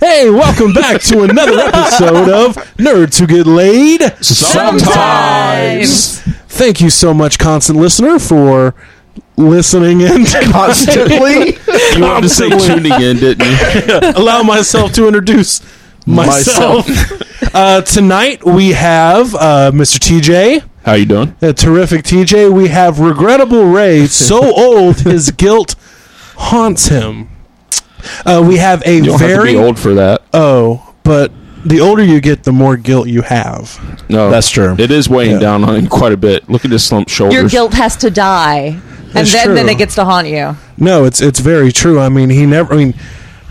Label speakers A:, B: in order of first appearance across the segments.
A: Hey, welcome back to another episode of Nerds Who Get Laid
B: Sometimes.
A: Thank you so much, constant listener, for listening and
C: Constantly?
B: You wanted to say tuning in, didn't you?
A: allow myself to introduce myself. uh, tonight we have uh, Mr. TJ,
B: How you doing?
A: a terrific TJ. We have regrettable Ray, so old his guilt haunts him. Uh, we have a
B: You don't have to
A: very
B: be old for that.
A: oh, but the older you get, the more guilt you have.
B: No,
C: That's true.
B: It is weighing
A: Yeah.
B: down on him quite a bit. Look at his slumped shoulders.
D: Your guilt has to die. And
A: That's
D: then, then
A: true.
D: it gets to haunt you.
A: No, it's it's very true. I mean, he never. I mean,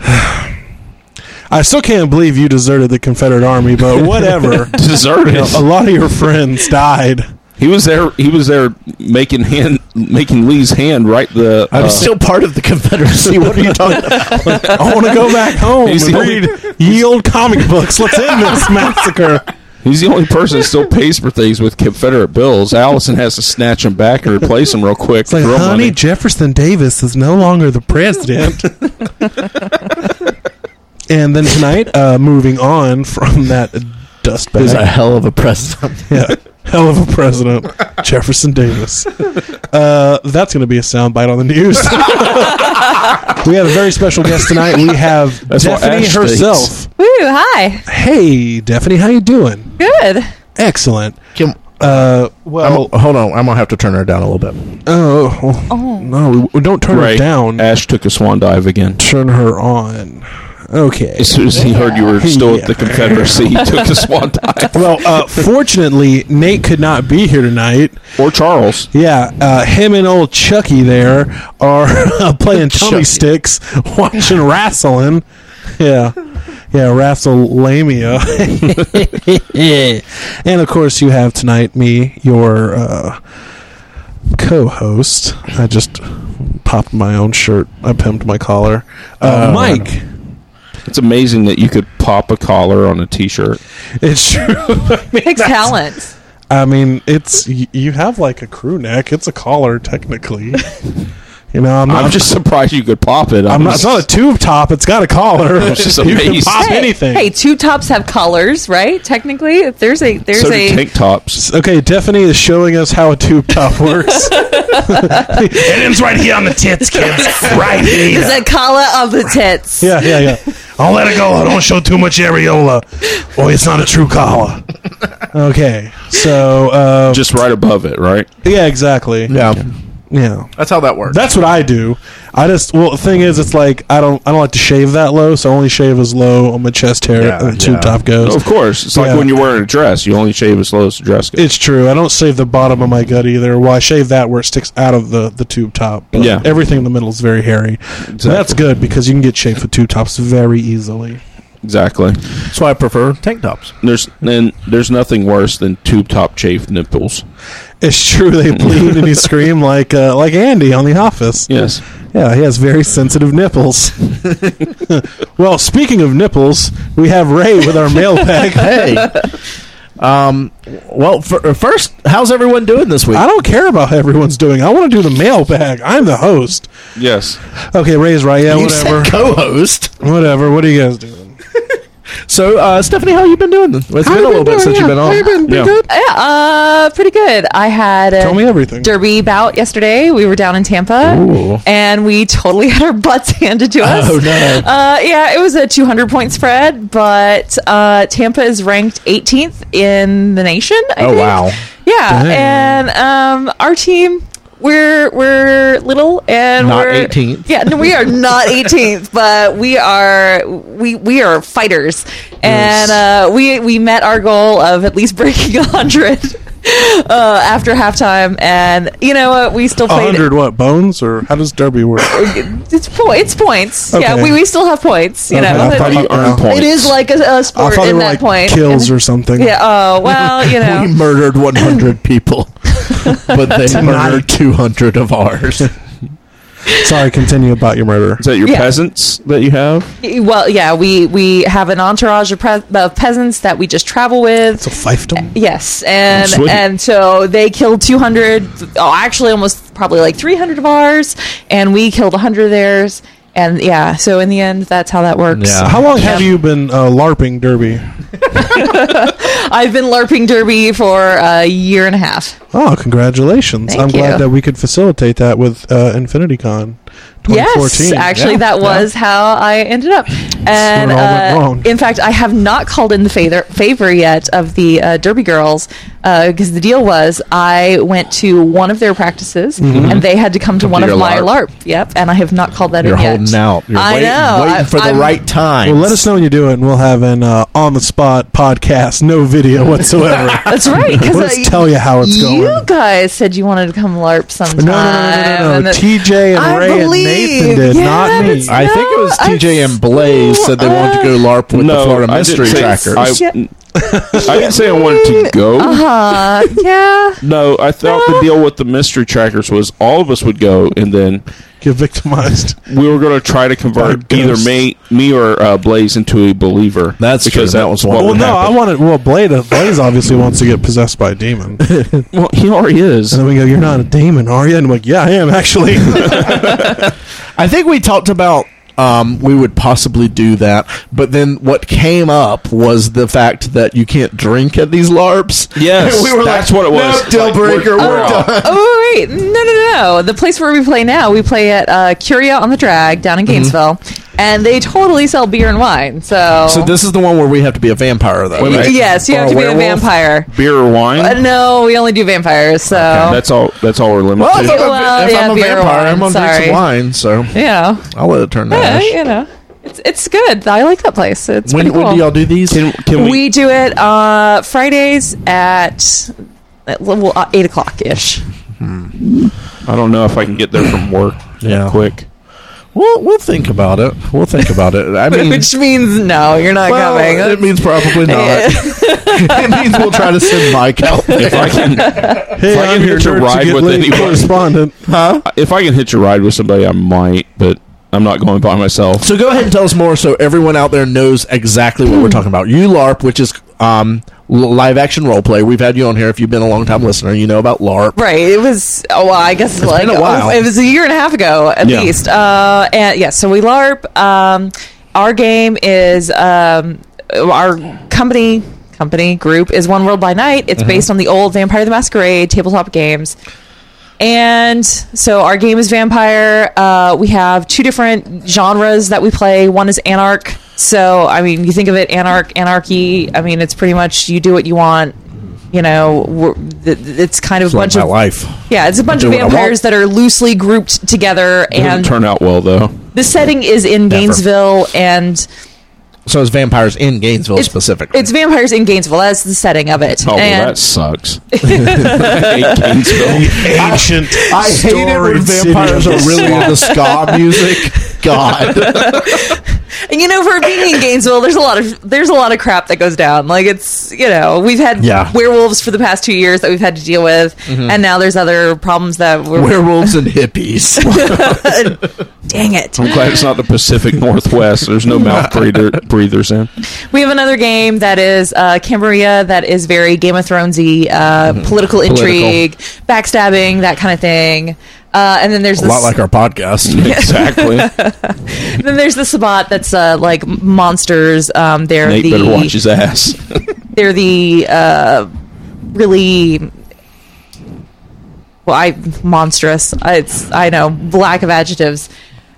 A: I still can't believe you deserted the Confederate Army, but whatever.
B: deserted.
A: a lot of your friends died.
B: he was there. He was there making hand, making Lee's hand right the.
C: I'm
B: uh,
C: still part of the Confederacy. What are you talking about?
A: I want to go back home
B: He's
A: and
B: the
A: read ye old comic books. Let's end this massacre.
B: he's the only person that still pays for things with Confederate bills. Allison has to snatch him back and replace him real quick.
A: It's like,
B: for real
A: honey,
B: money.
A: Jefferson Davis is no longer the president. and then tonight, uh, moving on from that dust
C: He's a
A: bag,
C: hell of a president.
A: yeah, hell of a president, Jefferson Davis. Uh, that's going to be a soundbite on the news. we have a very special guest tonight. We have
B: That's what
A: Daphne
B: Ash thinks.
A: herself.
D: Woo, hi.
A: Hey, Daphne, how you doing?
D: Good.
A: Excellent.
C: Kim,
A: Uh,
C: I'm
A: well,
C: a, hold on. I'm gonna have to turn her down a little bit.
A: oh, well, no, we- don't turn
B: Right. Uh,
A: her down.
B: Ash took a swan dive again.
A: turn her on. Okay.
B: As soon as he heard you were still at the Confederacy, he took a swan dive.
A: Well, uh, fortunately, Nate could not be here tonight.
B: Or Charles.
A: Yeah, uh, him and old Chucky there are uh, playing tummy
C: Chucky.
A: sticks, watching wrestling. Yeah, yeah, wrestlemania. and of course, you have tonight me, your uh, co-host. I just popped my own shirt. I pimped my collar. Uh,
C: Oh,
A: Mike.
B: It's amazing that you could pop a collar on a T-shirt.
A: It's true. I mean,
D: Big
A: that's-
D: talent.
A: I mean, it's y- you have like a crew neck. It's a collar technically. You know, I'm not.
B: I'm just surprised you could pop it.
A: I'm not. It's not a tube top. It's got a collar.
B: It's just
A: you can
B: amazing.
A: pop
D: Hey,
A: anything.
D: hey, two tops have collars, right? Technically, if there's a there's
B: so do
D: a
B: tank tops.
A: Okay, Daphne is showing us how a tube top works.
E: It ends right here on the tits, kids. Right
D: there's
E: here.
D: a collar of the tits.
A: yeah, yeah, yeah.
E: I'll let it go. I don't show too much uh, areola. Boy, it's not a true collar.
A: Okay, so uh,
B: Just right above it, right?
A: yeah, exactly.
C: Yeah,
A: Yeah,
C: that's how that works.
A: that's what I do. I just well, the thing is, it's like I don't I don't like to shave that low, so I only shave as low on my chest hair
C: Yeah,
A: and the tube
C: yeah.
A: top goes.
B: Of course. It's like
A: Yeah.
B: when you're wearing a dress. You only shave as low as the dress goes.
A: It's true. I don't shave the bottom of my gut either. Well, I shave that where it sticks out of the, the tube top. But
B: Yeah.
A: Everything in the middle is very hairy. So that's good because you can get shaved with tube tops very easily.
B: Exactly.
C: That's why I prefer tank tops.
B: There's and there's nothing worse than tube top chafed nipples.
A: It's true. They bleed and you scream like uh, like Andy on The Office.
B: Yes.
A: Yeah, he has very sensitive nipples. well, speaking of nipples, we have Ray with our mailbag.
C: Hey. um. Well, fir- first, how's everyone doing this week?
A: I don't care about how everyone's doing. I want to do the mailbag. I'm the host.
B: Yes.
A: Okay, Ray's right. Yeah,
C: you
A: whatever.
C: said co-host.
A: whatever. What are you guys doing?
C: So, uh, Stephanie, how you been doing? It's been a little bit since you've been on.
B: Yeah.
D: Yeah, uh, pretty good. I had a
A: Tell me everything.
D: derby bout yesterday. We were down in Tampa,
C: Ooh.
D: and we totally had our butts handed to us.
C: Oh, no.
D: Uh, yeah, it was a 200 point spread, but uh, Tampa is ranked 18th in the nation. I
C: Oh,
D: think.
C: wow.
D: Yeah,
A: Dang.
D: and um, our team. We're we're little and
C: Not
D: we're
C: 18th.
D: Yeah, no, we are not 18th, but we are we we are fighters, and uh, we we met our goal of at least breaking 100 uh, after halftime, and you know what? We still
A: A
D: played.
A: hundred what bones or how does derby work?
D: It's po- It's points.
A: Okay.
D: Yeah, we, we still have points. You
A: Okay,
D: know,
A: I
B: How
A: thought
B: do you earn points?
D: it is like a, a
A: I
D: sport
A: thought they
D: in
A: were
D: that
A: like
D: point.
A: kills or something.
D: yeah. Oh well, you know.
C: We murdered 100 people, but they murdered 200 of ours.
A: Sorry, continue about your murder.
B: Is that your
D: Yeah.
B: peasants that you have?
D: E, Well, yeah, we we have an entourage of, pre- of peasants that we just travel with.
A: It's a fiefdom.
D: Yes, and
B: Sweet.
D: and so they killed 200, oh, actually almost probably like 300 of ours, and we killed 100 of theirs. And yeah, so in the end, that's how that works.
F: Yeah.
A: How long have you been uh, LARPing Derby?
D: I've been LARPing Derby for a year and a half.
A: Oh, congratulations.
D: Thank
A: I'm glad
D: you.
A: that we could facilitate that with uh, InfinityCon 2014.
D: Yes, actually,
A: Yeah.
D: that was how I ended up.
A: where
D: And
A: it all went
D: uh,
A: wrong.
D: in fact, I have not called in the favor, favor yet of the uh, Derby girls because the deal was I went to one of their practices
A: Mm-hmm.
D: and they had to come to
B: Come to
D: one of
B: your
D: my
B: LARP.
D: LARP. Yep, and I have not called that
F: You're
D: in yet.
F: holding out. You're
D: I
F: waiting-
D: know.
C: Waiting
D: I-
C: for the
D: I'm-
C: right time.
A: Well, let us know when you do it, and we'll have an uh, on the spot podcast, no video whatsoever.
D: That's right.
A: we'll
D: Because
A: just tell you how it's going.
D: You guys said you wanted to come LARP sometime.
A: no, no, no, no, no, no.
D: and that-
A: TJ and
D: I
A: Ray
D: believe.
A: and Nathan did,
D: Yeah,
A: not me.
D: that's-
A: I,
C: I think it was
D: I'm
C: TJ and Blaze said they wanted to
D: uh,
C: go LARP with the Florida
B: I didn't
C: Mystery
B: say-
C: Trackers.
B: I, I didn't say I wanted to go.
D: Uh, yeah.
B: No, I thought the deal with the mystery trackers was all of us would go, and then
A: get victimized.
B: we were going to try to convert
A: By
B: either
A: ghosts.
B: me, me or uh, Blaze into a believer.
C: That's
B: because
C: true.
B: that was
C: That
B: what.
C: was
A: Well,
B: would
A: no, I
B: happen.
A: wanted. Well, Blade, Blaze obviously wants to get possessed by a demon. And
B: well, he already is.
A: then we go, "You're not a demon, are you?" And I'm like, "Yeah, I am actually."
C: I think we talked about um, we would possibly do that, but then what came up was the fact that you can't drink at these LARPs.
B: Yes, that's what it was.
C: "Nope, deal
B: Like, we're-
C: breaker. We're,
B: we're out."
C: done.
D: Oh wait, wait. no, no, no! The place where we play now, we play at uh, Curia on the Drag down in
C: Mm-hmm.
D: Gainesville, and they totally sell beer and wine. So,
C: So this is the one where we have to be a vampire, though.
B: Wait a
C: right?
B: minute.
D: yes, you
C: Or
D: have to be a
C: werewolf?
D: vampire.
B: Beer or wine?
D: Uh, no, we only do vampires. So
B: that's all. That's all we're
C: Well, if
B: limited.
C: I'm a,
B: to.
D: Well,
C: if
D: yeah,
C: I'm a
D: beer or
C: vampire, I'm
D: wine,
C: gonna drink
D: sorry.
C: some wine. So
D: you know,
C: I'll let it turn to
D: yeah,
C: ash.
D: you know, it's it's good. I like that place. It's
C: When,
D: pretty cool.
C: when do y'all do these?
B: Can
D: we,
B: we?
D: do it uh, Fridays at, at well, uh, eight o'clock ish.
C: Hmm.
B: I don't know if I can get there from work.
C: Yeah.
B: quick.
C: We'll we'll think about it. We'll think about it. I mean,
D: Which means no, you're not
C: well,
D: coming.
C: it means probably not. it means we'll try to send Mike out.
B: If I can,
A: hey,
B: I'm here to
A: turn
B: ride
A: get
B: with
A: lead
B: anyone.
A: correspondent.
B: if I can hitch a ride with somebody, I might. But I'm not going by myself.
C: So go ahead and tell us more, so everyone out there knows exactly what we're talking about. You LARP, which is um, l- live action role play. We've had you on here. If you've been a long time listener, you know about LARP.
D: Right. It was. Oh, well, I guess like oh,
C: been a while.
D: it was a year and a half ago at
B: Yeah.
D: least. Uh, and yeah, so we LARP. Um, our game is um, our company company group is One World by Night. It's
C: Mm-hmm.
D: based on the old Vampire the Masquerade tabletop games. And so our game is vampire. Uh, we have two different genres that we play. One is anarch. So I mean, you think of it anarch, anarchy. I mean, it's pretty much you do what you want. You know, we're, th- th- it's kind of a bunch
C: my
D: of
C: life.
D: yeah, it's a bunch
C: do
D: of
C: what I want.
D: vampires that are loosely grouped together,
B: Didn't
D: and
B: turn out well though.
D: the setting is in Gainesville, and
C: So it's vampires in Gainesville
D: It's-
C: specifically.
D: it's vampires in Gainesville. That's the setting of it.
B: Oh, well,
D: and
B: that sucks. I hate Gainesville.
A: Ancient.
C: I hate it when
A: storied city
C: vampires
A: of
C: are
A: the
C: really
A: swamp.
C: into ska music. God,
D: And you know, for being in Gainesville, there's a lot of there's a lot of crap that goes down. Like it's you know we've had
C: Yeah. Mm-hmm.
D: werewolves for the past two years that we've had to deal with, and now there's other problems that we're
C: werewolves and hippies.
D: dang it.
B: I'm glad it's not the Pacific Northwest. There's no mouth breather, breathers in.
D: We have another game that is uh, Cambria that is very Game of Thronesy, uh,
C: Mm-hmm.
D: political intrigue, backstabbing, that kind of thing. Uh, and then there's
C: a
D: this,
C: lot like our podcast.
B: Exactly.
D: then there's the Sabat that's uh, like m- monsters. Um, they're
B: Nate
D: the
B: better watch his ass.
D: they're the uh, really well, I monstrous. I- It's I know lack of adjectives.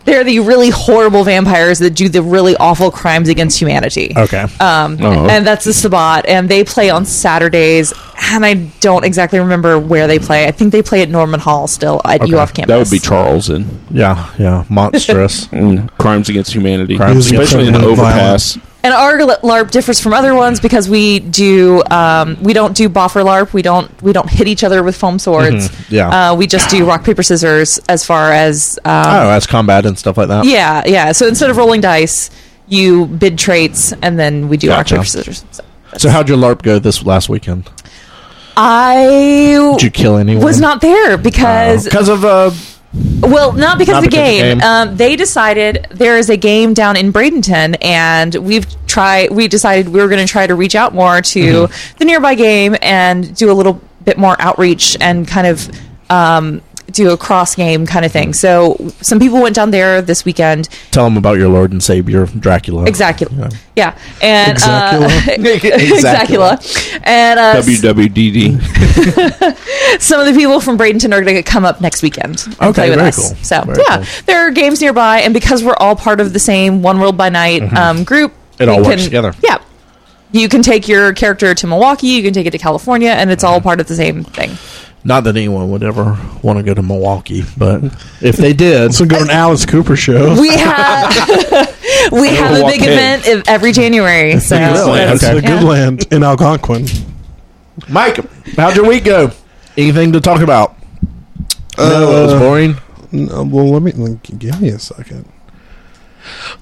D: They're the really horrible vampires that do the really awful crimes against humanity.
C: Okay.
D: Um,
B: Oh.
D: and that's the Sabat, and they play on Saturdays. And I don't exactly remember where they play. I think they play at Norman Hall still at U off campus.
B: That would be Charles and,
C: yeah, yeah, monstrous.
B: and crimes against humanity,
C: Mm. Crimes against
B: especially in the
A: humanity.
B: overpass.
D: And our l- LARP differs from other ones because we do um, we don't do boffer LARP. We don't we don't hit each other with foam swords.
C: Mm-hmm. yeah.
D: Uh, we just do rock paper scissors as far as um,
C: oh, that's combat and stuff like that.
D: yeah yeah. So instead of rolling dice, you bid traits and then we do
C: Gotcha.
D: rock paper scissors. So
C: So how'd your LARP go this last weekend?
D: I
C: Did you kill anyone?
D: was not there because
C: because of uh,
D: Well, not because
C: Not
D: of the
C: because of the
D: game.
C: game.
D: Um, they decided there is a game down in Bradenton, and we've tried. We decided we were going to try to reach out more to
C: Mm-hmm.
D: the nearby game and do a little bit more outreach and kind of um, do a cross game kind of thing. So
C: Mm-hmm.
D: some people went down there this weekend.
C: Tell them about your Lord and Savior, Dracula.
D: Exactly. Yeah. And
C: Oh, Exactula.
D: Uh, Exactula. And uh,
B: WWDD.
D: some of the people from Bradenton are going to come up next weekend. and
C: Okay,
D: play with
C: very
D: us.
C: cool.
D: So
C: Very
D: yeah,
C: cool.
D: there are games nearby, and because we're all part of the same One World by Night um, group,
C: Mm-hmm. It
D: we
C: all works
D: can-
C: together.
D: Yeah, you can take your character to Milwaukee, you can take it to California, and it's
C: Mm-hmm.
D: all part of the same thing.
C: Not that anyone would ever want to go to Milwaukee, but if they did,
A: So go to an Alice Cooper show.
D: We have we have a big
B: Milwaukee.
D: event ev- every January. So
B: Really?
A: That's
B: Okay.
A: the good
D: Yeah.
A: land in Algonquin.
C: Mike, how'd your week go? Anything to talk about? no, it was
A: Uh,
C: boring.
A: No, well, let me let- give me a second.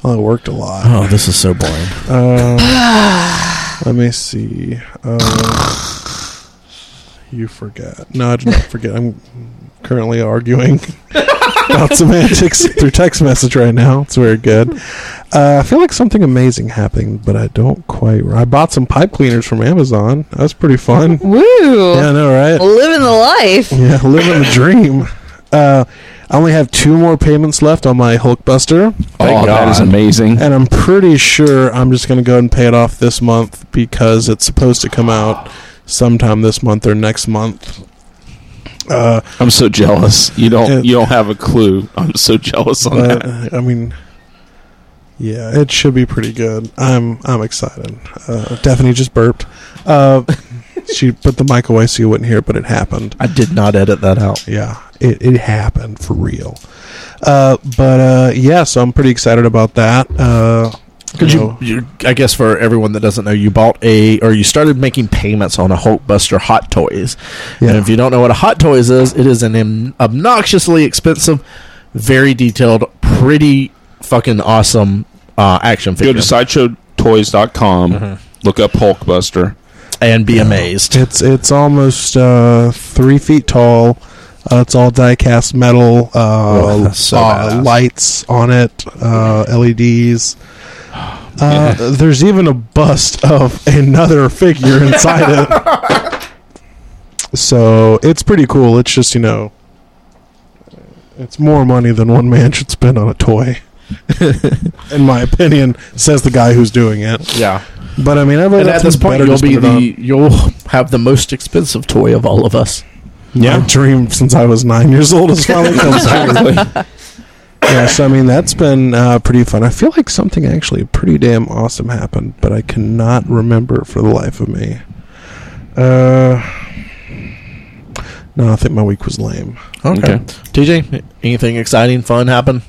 A: I worked a lot.
C: Oh, this is so boring.
A: Um, let me see. Uh, you forgot. No, I did not forget. I'm currently arguing about semantics through text message right now. It's very good. Uh, I feel like something amazing happened, but I don't quite. I bought some pipe cleaners from Amazon. That was pretty fun.
D: Woo!
A: Yeah, I know, right?
D: Living the life.
A: Yeah, living the dream. Uh, I only have two more payments left on my Hulkbuster,
B: Oh, that is amazing.
A: and I'm pretty sure I'm just going to go ahead and pay it off this month because it's supposed to come out sometime this month or next month. Uh,
B: I'm so jealous. You
A: Yeah.
B: don't. You don't have a clue. I'm so jealous on
A: but
B: that.
A: uh, I mean, yeah, it should be pretty good. I'm I'm excited. Uh, Daphne just burped. Uh, she put the mic away so you wouldn't hear, it, but it happened.
C: I did not edit that out.
A: yeah it, it happened for real uh, but uh, yeah so i'm pretty excited about that uh,
C: Could
A: you
C: you,
A: know,
C: you? I guess for everyone that doesn't know, you bought a or you started making payments on a Hulkbuster Hot Toys. And
A: Yeah.
C: if you don't know what a Hot Toys is, it is an im- obnoxiously expensive, very detailed, pretty fucking awesome uh, action
B: Go
C: figure.
B: to sideshowtoys.com.
C: Mm-hmm.
B: Look up Hulkbuster.
C: and be amazed.
A: it's it's almost uh, three feet tall uh, it's all die-cast metal
C: Whoa,
A: uh,
C: that's so
A: uh,
C: badass.
A: lights on it uh, leds uh, there's even a bust of another figure inside it so it's pretty cool it's just you know it's more money than one man should spend on a toy in my opinion says the guy who's doing it
C: Yeah.
A: but i mean
C: And
A: everybody
C: at
A: else
C: this
A: is
C: point,
A: better
C: you'll
A: just
C: be
A: put it on.
C: the you'll have the most expensive toy of all of us.
A: my dream since I was nine years old has finally come true. yeah, so I mean that's been uh, pretty fun. I feel like something actually pretty damn awesome happened, but I cannot remember for the life of me. Uh, no, I think my week was lame.
B: Okay.
C: TJ, anything exciting, fun happen?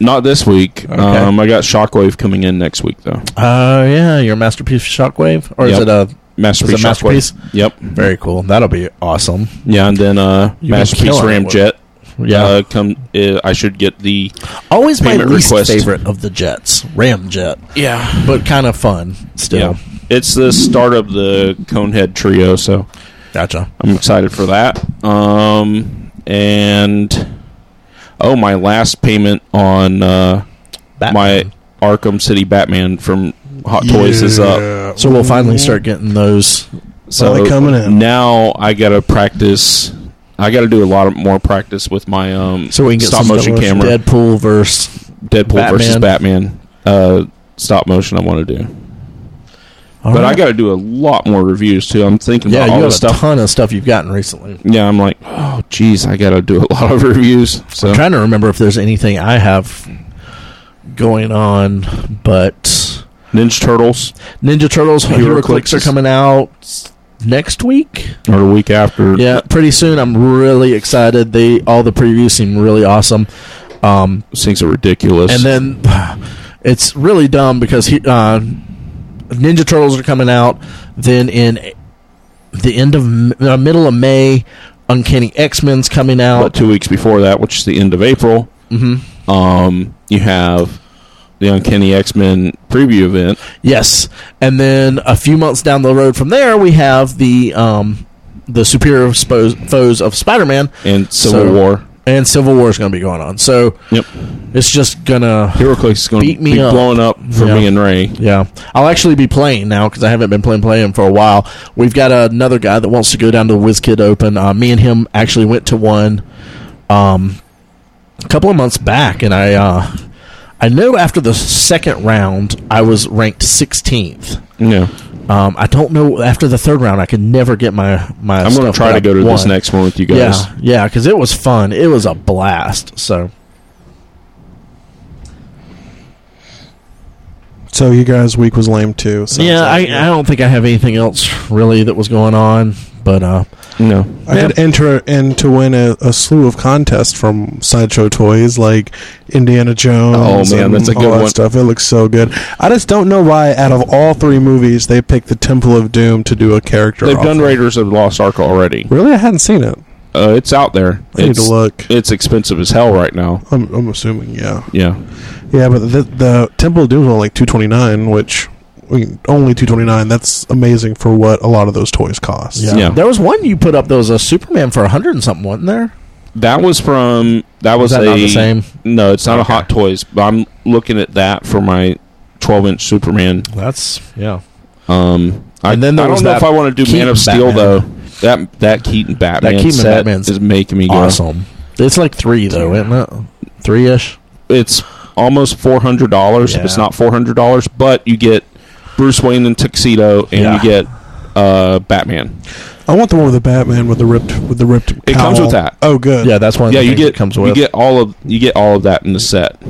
B: Not this week. Um, I got Shockwave coming in next week though.
C: Uh, yeah, your masterpiece Shockwave, or is
B: Yep.
C: it a
B: Masterpiece.
C: Is it Masterpiece?
B: Shockwave. Yep.
C: very cool? That'll be awesome.
B: Yeah, and then uh,
C: You've been
B: Masterpiece
C: killing it
B: Ramjet.
C: Yeah,
B: Uh, come. Uh, I should get the.
C: always my
B: payment
C: least
B: request.
C: favorite of the jets, Ramjet,
B: Yeah.
C: but kind of fun still.
B: Yeah. It's the start of the Conehead trio, so
C: Gotcha.
B: I'm excited for that. Um, and oh, my last payment on uh, my
C: Batman.
B: Arkham City Batman from Hot Toys is up.
C: so we'll finally start getting those.
B: So
A: Finally coming in.
B: now I gotta practice. I gotta do a lot of more practice with my um,
C: So we can get
B: stop
C: some
B: motion
A: stop motion.
B: camera
C: Deadpool verse.
B: Deadpool versus Batman uh, stop motion. I want to do, but I got to do a lot more reviews too. I'm thinking
C: yeah,
B: about all
C: you have
B: this
C: a
B: stuff.
C: ton of stuff you've gotten recently.
B: Yeah, I'm like, oh, geez, I got to do a lot of reviews. So
C: I'm trying to remember if there's anything I have going on, but
B: Ninja Turtles
C: Ninja Turtles Hero Clicks
B: Heroclix
C: are
B: is-
C: coming out next week.
B: or the week after.
C: Yeah, pretty soon. I'm really excited. They all the previews seem really awesome. Um,
B: Those things are ridiculous.
C: and then it's really dumb because he, uh, Ninja Turtles are coming out. Then in the end of M- uh, middle of May, Uncanny X Men's coming
B: about
C: out.
B: two weeks before that, which is the end of April,
C: hmm
B: um, you have the Uncanny X Men preview event.
C: Yes, and then a few months down the road from there, we have the um, the Superior Spos- Foes of Spider Man
B: and Civil
C: So-
B: War.
C: and Civil War is going to be going on. So
B: Yep.
C: it's just gonna
B: HeroClix is going
C: Beat
B: to
C: me
B: be
C: up.
B: blowing up for
C: Yeah.
B: me and Ray.
C: Yeah, I'll actually be playing now because I haven't been playing playing for a while. We've got another guy that wants to go down to the WizKid Open. Uh, me and him actually went to one um, a couple of months back, and I uh, I know after the second round I was ranked 16th.
B: Yeah.
C: Um, I don't know after the third round I could never get my my.
B: I'm going to
C: stuff
B: try
C: that
B: to
C: I
B: go to this
C: won.
B: next one with you
C: Yeah,
B: guys.
C: yeah, because it was fun. It was a blast. So
A: So you guys' week was lame too. sounds
C: yeah, I,
A: like.
C: I don't think I have anything else really that was going on, but uh,
B: No.
A: I could enter in to win a, a slew of contests from Sideshow Toys, like Indiana Jones.
B: Oh, man,
A: and
B: that's a
A: all
B: good
A: that
B: one.
A: Stuff. It looks so good. I just don't know why, out of all three movies, they picked the Temple of Doom to do a character.
B: They've
A: off
B: done
A: of.
B: Raiders of the Lost Ark already.
A: Really, I hadn't seen it.
B: Uh, it's out there.
A: I need
B: it's,
A: to look.
B: It's expensive as hell right now.
A: I'm, I'm assuming, yeah,
B: Yeah.
A: yeah. But the, the Temple of Doom is only like two twenty nine, which I mean, only two twenty nine. That's amazing for what a lot of those toys cost.
C: Yeah.
B: Yeah.
C: There was one you put up that was a Superman for a hundred and something, wasn't there?
B: That was from. That was
C: Was that
B: a,
C: not the same?
B: No, it's not a Hot Toys, but I'm looking at that for my 12 inch Superman.
C: That's yeah.
B: Um, I,
C: And then there
B: I don't
C: was
B: know
C: that
B: if I want to do Man
C: Keaton
B: of Steel
C: Batman.
B: though. That that Keaton Batman
C: Keaton
B: set
C: Batman's
B: is making me go.
C: Awesome. It's like three though, isn't it? Three ish.
B: It's almost four hundred dollars.
C: Yeah.
B: It's not four hundred dollars, but you get Bruce Wayne in tuxedo and
C: Yeah.
B: you get uh, Batman.
A: I want the one with the Batman with the ripped with the ripped.
B: It comes
A: cowl.
B: with that.
A: Oh, good.
C: Yeah, that's one. Of
B: yeah,
C: the
B: you
C: things
B: get
C: it comes with.
B: you get all of you get all of that in the set.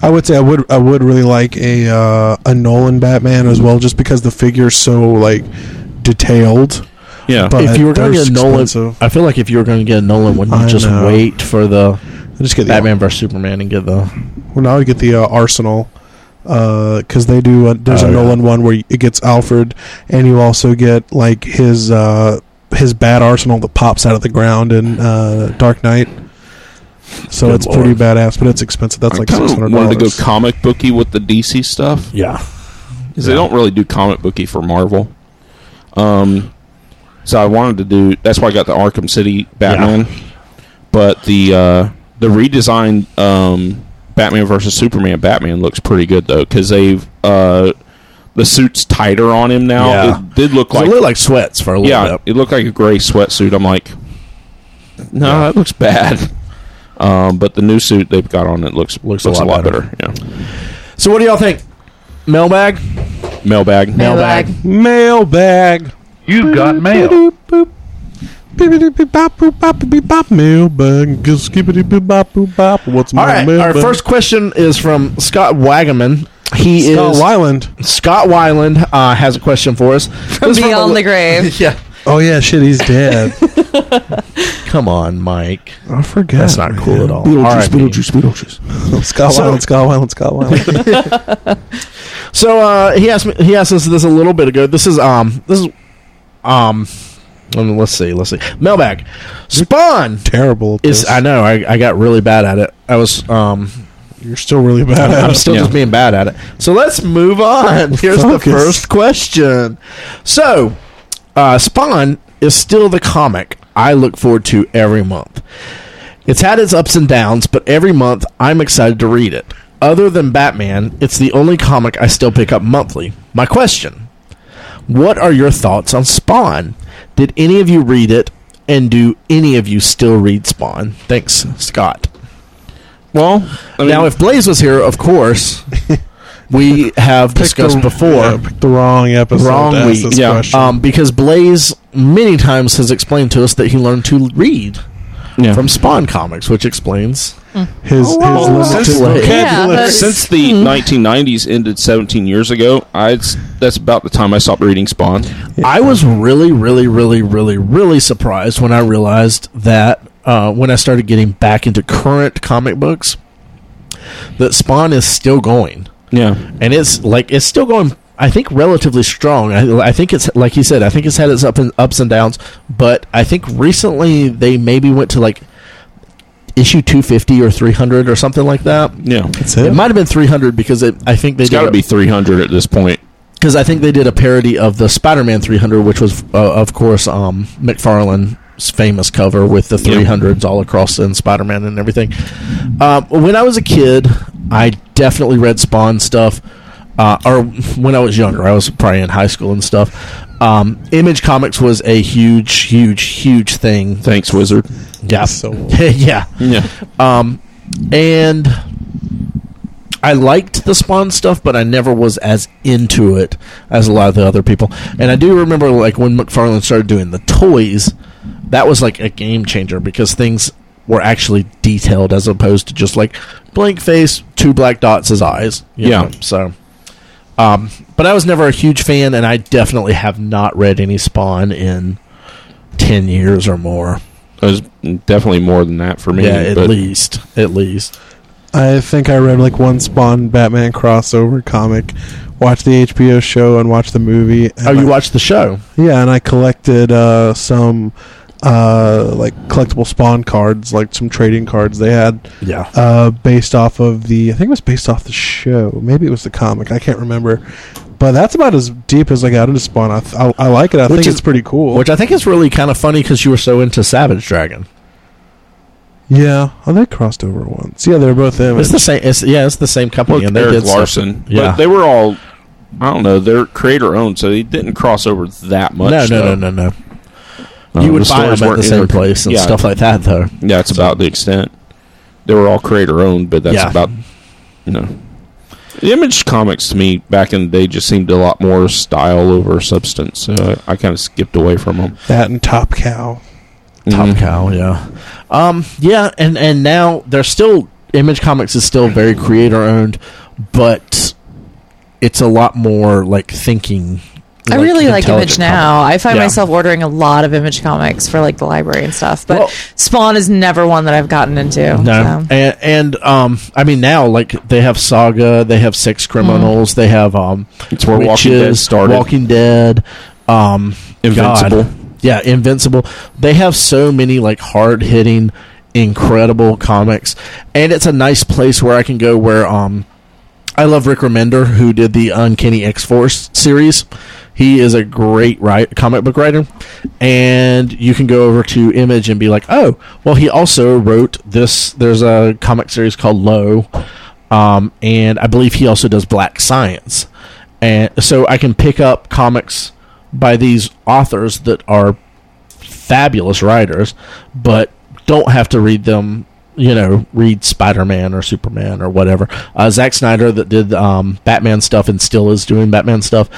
A: I would say I would I would really like a uh, a Nolan Batman as well, just because the figure's so like detailed.
B: Yeah,
A: But-
C: if you were going to
A: they're
C: get a Nolan,
A: expensive.
C: I feel like if you were going to get a Nolan, wouldn't you
A: I
C: just
A: know.
C: wait for the
A: I just get the
C: Batman vs Superman and get the?
A: Well, now I get the uh, Arsenal because they do. A, there's
C: Oh,
A: a
C: yeah.
A: Nolan one where it gets Alfred, and you also get like his uh, his bad Arsenal that pops out of the ground in uh, Dark Knight. So
C: Good
A: it's
C: lord.
A: pretty badass, but it's expensive. That's
B: I
A: like
B: kinda
A: six hundred
B: wanted to go
A: dollars.
B: comic booky with the DC stuff
C: Yeah.
B: because they don't really do comic booky for Marvel. Um, so I wanted to do. That's why I got the Arkham City Batman, but the uh, the redesigned um, Batman versus Superman Batman looks pretty good though because they've uh, the suit's tighter on him now.
C: Yeah.
B: It did look
C: 'Cause
B: like
C: it looked like sweats for a little
B: yeah,
C: bit.
B: it looked like a gray sweatsuit. I'm like, no, that looks bad. Um, but the new suit they've got on it looks looks, a lot, better. Yeah,
C: So what do y'all think? Mailbag.
B: mailbag.
C: Mail- Mailbag.
A: Mailbag.
E: You've got mail.
A: Boop, boop. Beep, beep, beep, bop, boop, bop, beep, bop, mailbag. Go skibbity, boop, bop, boop, bop. What's
C: All
A: my
C: right. Our
A: mailbag?
C: first question is from Scott Wagaman. He
A: Scott
C: is
A: Weiland.
C: Scott Weiland uh, has a question for us This is from
D: Beyond
C: a-
D: the grave.
C: yeah.
A: Oh yeah, shit, he's dead.
C: Come on, Mike.
A: I forgot.
C: That's not cool at all.
B: Beetlejuice,
C: R.I.P.
B: Beetlejuice, Beetlejuice.
A: Scott
C: So-
A: Weiland, Scott Weiland, Scott Weiland.
C: So uh, he asked me, he asked us this a little bit ago. This is um this is um let me- let's see let's see mailbag spawn
A: terrible. at
C: is
A: this.
C: I know I, I got really bad at it. I was um
A: You're still really bad at
C: I'm
A: it.
C: still
B: Yeah.
C: just being bad at it. So let's move on. Here's the
A: Focus.
C: first question. So uh, Spawn is still the comic I look forward to every month. It's had its ups and downs, but every month I'm excited to read it. Other than Batman, it's the only comic I still pick up monthly. My question What are your thoughts on Spawn? Did any of you read it? And do any of you still read Spawn? Thanks, Scott.
B: Well, I mean,
C: now, if Blaze was here, of course, we have
A: Picked
C: discussed
A: the-
C: before.
A: yeah, picked the wrong episode.
C: Wrong
A: to ask
C: week,
A: this
B: yeah.
A: question.
C: Um, because Blaze many times has explained to us that he learned to read
B: yeah.
C: from Spawn comics, which explains.
A: his his
D: well,
A: limited
C: since-
D: Yeah,
A: vocabulary.
D: that's-
B: since the 1990s ended 17 years ago, I it's, that's about the time I stopped reading Spawn.
C: I was really, really, really, really, really surprised when I realized that uh, when I started getting back into current comic books, that Spawn is still going.
B: Yeah,
C: and it's like it's still going. I think relatively strong. I, I think it's like he said. I think it's had its up and ups and downs, but I think recently they maybe went to like issue two fifty or three hundred or something like that.
B: yeah.
A: That's
C: It
A: it.
C: might have been three hundred because it, I think they
B: It's got to
C: did
B: be 300 at this point.
C: because I think they did a parody of the Spider Man three hundred, which was uh, of course um, McFarlane famous cover with the 300s all across and Spider Man and everything. Um, when I was a kid, I definitely read Spawn stuff. Uh, or when I was younger, I was probably in high school and stuff. Um, Image Comics was a huge, huge, huge thing.
B: Thanks, Wizard.
C: Yeah,
A: So old.
C: yeah.
B: Yeah.
C: Um, and I liked the Spawn stuff, but I never was as into it as a lot of the other people. And I do remember, like, when McFarlane started doing the toys, that was like a game changer because things were actually detailed as opposed to just like blank face, two black dots as eyes. you
B: Yeah.
C: know, So. Um, but I was never a huge fan, and I definitely have not read any Spawn in ten years or more.
B: It was definitely more than that for me.
C: yeah, at
B: but
C: least, at least.
A: I think I read like one Spawn Batman crossover comic, watched the HBO show, and watched the movie. and
C: Oh,
A: I-
C: you watched the show?
A: Yeah, and I collected uh, some uh, like collectible Spawn cards, like some trading cards they had
C: Yeah.
A: uh, based off of the. I think it was based off the show. Maybe it was the comic. I can't remember. But that's about as deep as I got into Spawn. I, I, I like it. I
C: Which
A: think
C: is-
A: it's pretty cool.
C: Which I think is really kind of funny because you were so into Savage Dragon.
A: yeah, oh, they crossed over once. Yeah, they were both image.
C: It's the same. It's, yeah, it's the same company.
B: Look,
C: and they
B: Eric
C: did stuff.
B: Larson.
C: Yeah.
B: But they were all, I don't know, they're creator owned, so they didn't cross over that much.
C: no,
B: though.
C: no, no, no, no.
B: Uh,
C: you would
B: the
C: buy
B: stores
C: them at
B: weren't
C: the same
B: inter-
C: place and
B: yeah,
C: stuff like that, though.
B: Yeah, it's about the extent. They were all creator owned, but that's
C: Yeah.
B: about you know. The Image comics to me back in the day just seemed a lot more style over substance, so I, I kind of skipped away from them.
A: that and Top Cow.
B: Mm-hmm.
C: Top Cow, yeah, um, yeah, and and now they're still Image Comics is still very creator owned, but it's a lot more like thinking.
D: I really like
C: intelligent
D: Image now. I find
C: Yeah.
D: myself ordering a lot of Image comics for like the library and stuff. But
C: Well-
D: Spawn is never one that I've gotten into.
C: No,
D: so.
C: and, and um, I mean now, like they have Saga, they have Six Criminals, they have um,
B: It's where Walking Dead
C: Witches,
B: started.
C: Walking Dead, um,
B: Invincible.
C: God. yeah, Invincible. They have so many like hard hitting, incredible comics, and it's a nice place where I can go. Where um, I love Rick Remender, who did the Uncanny X Force series. He is a great write, comic book writer, and you can go over to Image and be like, "Oh, well, he also wrote this." There's a comic series called Low, um, and I believe he also does Black Science, and so I can pick up comics by these authors that are fabulous writers, but don't have to read them. You know, read Spider Man or Superman or whatever. Uh, Zack Snyder that did um, Batman stuff and still is doing Batman stuff,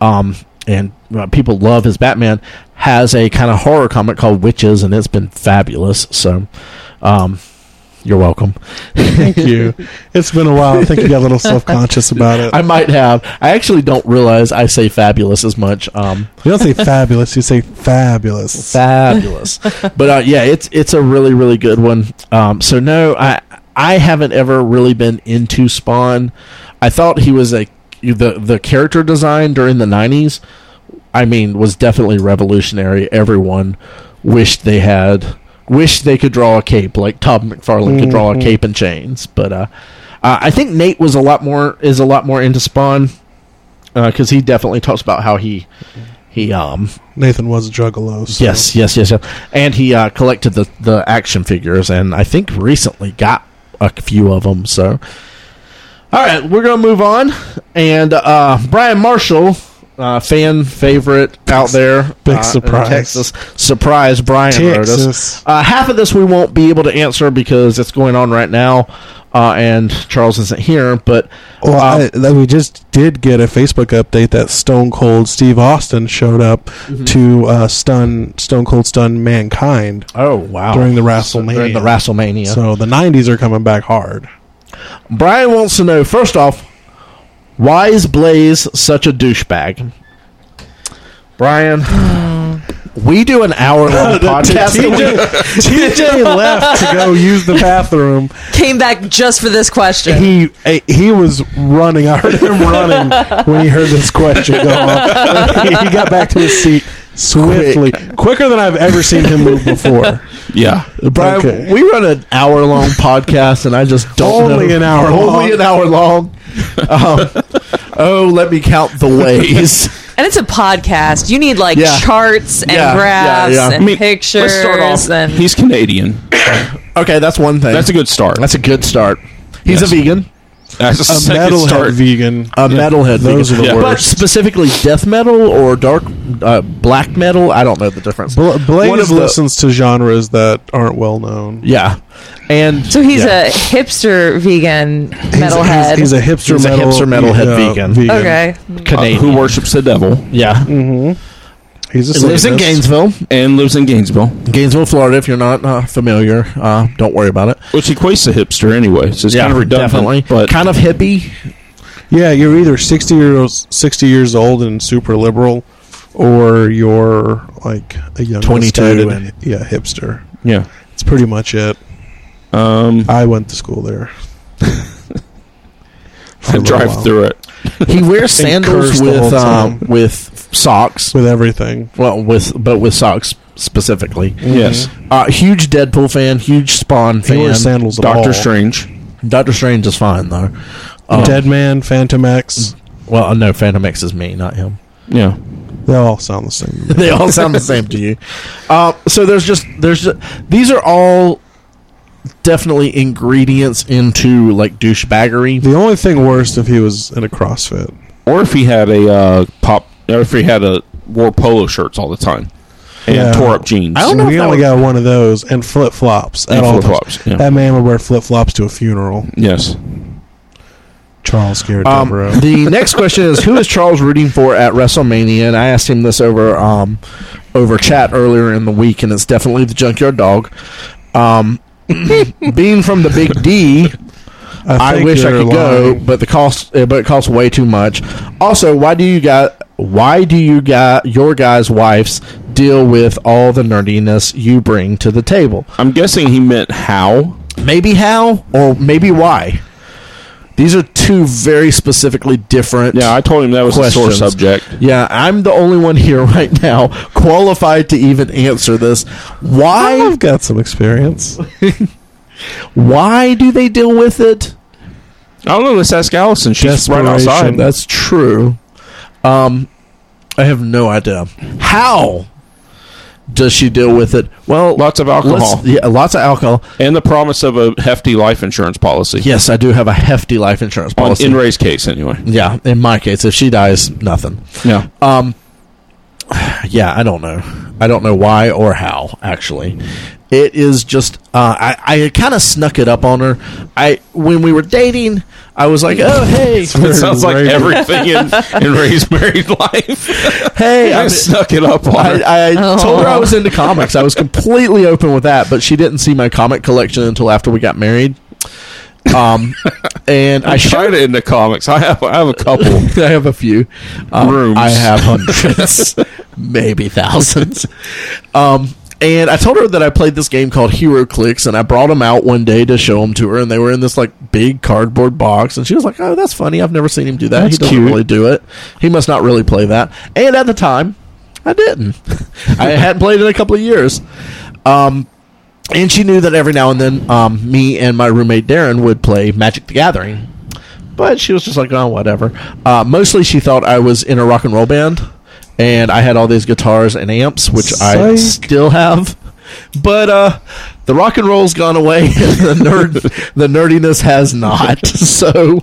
C: um, and uh, people love his Batman. Has a kind of horror comic called Witches, and it's been fabulous. So, um, you're welcome.
A: Thank you. It's been a while. I think you got a little self conscious about it.
C: I might have. I actually don't realize I say fabulous as much. Um,
A: You don't say fabulous. You say fabulous.
C: fabulous. but uh, yeah, it's it's a really really good one. Um, so no, I I haven't ever really been into Spawn. I thought he was a the the character design during the '90s. I mean, was definitely revolutionary. Everyone wished they had wished they could draw a cape like Todd McFarlane could draw a cape and chains. But uh, uh, I think Nate was a lot more is a lot more into Spawn because he definitely talks about how he he um
A: Nathan was a juggalo. so-
C: Yes, yes, yes, yes. And he uh, collected the the action figures, and I think recently got a few of them. So, all right, we're gonna move on, and uh, Brian Marshall. Uh, fan favorite out there,
A: Big
C: uh, in
A: surprise.
C: Texas surprise! Brian wrote
A: Texas.
C: us. Uh, half of this we won't be able to answer because it's going on right now, uh, and Charles isn't here. But
A: Well,
C: um,
A: I, that we just did get a Facebook update that Stone Cold Steve Austin showed up
C: Mm-hmm.
A: to uh, stun Stone Cold stun mankind.
C: oh wow,
A: during the
C: So during the
A: WrestleMania.
C: WrestleMania,
A: So the '90s are coming back hard.
C: Brian wants to know first off, why is Blaze such a douchebag? Brian, we do an hour long podcast. a week.
A: TJ left to go use the bathroom.
D: Came back just for this question.
A: He eh, he was running. I heard him running when he heard this question go off. he got back to his seat swiftly, quicker than I've ever seen him move before.
B: Yeah,
C: Brian,
A: Okay.
C: we run an hour long podcast, and I just don't
A: Only
C: know-
A: an hour
C: only
A: long.
C: an hour long. Um, oh, let me count the ways.
D: And it's a podcast. You need like
C: Yeah.
D: charts and
C: Yeah, yeah,
D: graphs
C: yeah.
D: and pictures.
B: Let's start off.
D: And
B: He's Canadian.
C: Okay, that's one thing.
B: That's a good start.
C: That's a good start. He's
B: Yes.
C: a vegan,
B: That's a,
A: A
B: second
A: metalhead
B: start.
A: vegan.
C: a metalhead.
A: Those
C: vegan.
A: are the
C: But
A: worst.
C: specifically death metal or dark uh, black metal. I don't know the difference.
A: Bla-
C: One of
A: Blaze
C: the-
A: listens to genres that aren't well known.
C: yeah, and
D: so he's
C: yeah.
D: a hipster vegan
A: He's a-
D: metalhead.
A: He's, he's a hipster
C: He's a
A: metal,
C: hipster metalhead vegan.
D: okay.
C: Canadian.
B: Who worships the devil
C: yeah,
A: Mm-hmm. He's a
C: He lives in
A: Satanist.
C: Gainesville,
B: and lives in Gainesville,
C: Gainesville, Florida. If you're not uh, familiar, uh, don't worry about it.
B: which equates to hipster anyway. So it's kind of redundant,
C: definitely.
B: but
C: kind of hippie.
A: Yeah, you're either sixty years sixty years old and super liberal, or you're like a young
C: 22
A: misguided-
C: and-
A: yeah hipster.
B: yeah.
A: It's pretty much it.
B: Um,
A: I went to school there.
B: I drive through it.
C: He wears
A: And
C: sandals
A: curves the
C: with
A: whole
C: um,
A: time.
C: with socks.
A: with everything. Mm-hmm.
C: Well, with but with socks specifically.
B: Yes,
C: Uh, huge Deadpool fan, huge Spawn
A: He
C: fan.
A: wears sandals. at all.
B: Doctor Strange.
C: Doctor Strange is fine though. Um,
A: Dead Man, Phantom X.
C: Well, uh, no, Phantom X is me, not him.
B: Yeah,
C: Mm.
A: They all sound the same. to me.
C: they all sound the same to you. Uh, so there's just there's ju- these are all definitely ingredients into like douchebaggery.
A: the only thing worse if he was in a CrossFit.
B: or if he had a uh, pop, or if he had a wore polo shirts all the time and
A: Yeah.
B: tore up jeans.
C: I don't know.
A: We
C: if that
A: only
C: was-
A: got one of those and flip flops at
B: And
A: all
B: flip-flops,
A: times.
B: yeah.
A: That man would wear flip flops to a funeral.
B: Yes,
A: Charles Garrett
C: Um,
A: Devereaux.
C: the next question is who is Charles rooting for at WrestleMania? And I asked him this over um, over chat earlier in the week, and it's definitely the Junkyard Dog. Um, being from the Big D, I,
A: think
C: wish I
A: you're
C: could go,
A: lying.
C: but the cost, uh, but it costs way too much. Also, why do you got? Why do you got your guys' wives deal with all the nerdiness you bring to the table?
B: I'm guessing he meant how.
C: Maybe how, or maybe why. These are two very specifically different.
B: Yeah, I told him that was a sore
C: Questions.
B: subject.
C: Yeah, I'm the only one here right now qualified to even answer this. Why?
A: I've got some experience.
C: Why do they deal with it?
B: I don't know. Let's ask Allison. She's right
A: Desperation.
B: outside.
C: That's true. Um, I have no idea. How does she deal with it? Well,
B: Lots of alcohol
C: let's- yeah, lots of alcohol.
B: and the promise of a hefty life insurance policy.
C: Yes, I do have a hefty life insurance
B: On,
C: policy.
B: in Ray's case, anyway.
C: yeah, in my case, if she dies, nothing.
B: Yeah.
C: Um, yeah, I don't know. I don't know why or how. Actually, it is just uh, I I kind of snuck it up on her. I when we were dating, I was like, oh hey,
B: It sounds like
A: Ray-
B: everything in, in Ray's married life.
C: hey,
B: I
C: I'm-
B: snuck it up on her.
C: I, I
D: Oh.
C: told her I was into comics. I was completely open with that, but she didn't see my comic collection until after we got married. Um, and I
B: I tried
C: showed
B: it in the comics. I have I have a couple.
C: I have a few Um,
B: Rooms.
C: I have hundreds, maybe thousands. Um, and I told her that I played this game called Hero Clicks, and I brought them out one day to show them to her, and they were in this like big cardboard box, and she was like, "Oh, that's funny. I've never seen him do that. he
B: That's
C: doesn't
B: cute.
C: really do it. He must not really play that." And at the time, I didn't. I hadn't played in a couple of years. Um, and she knew that every now and then, um, me and my roommate Darren would play Magic the Gathering. But she was just like, oh, whatever. Uh, mostly, she thought I was in a rock and roll band, and I had all these guitars and amps, which I
A: Psych.
C: still have. But uh, the rock and roll's gone away, and the nerd, the nerdiness has not. So,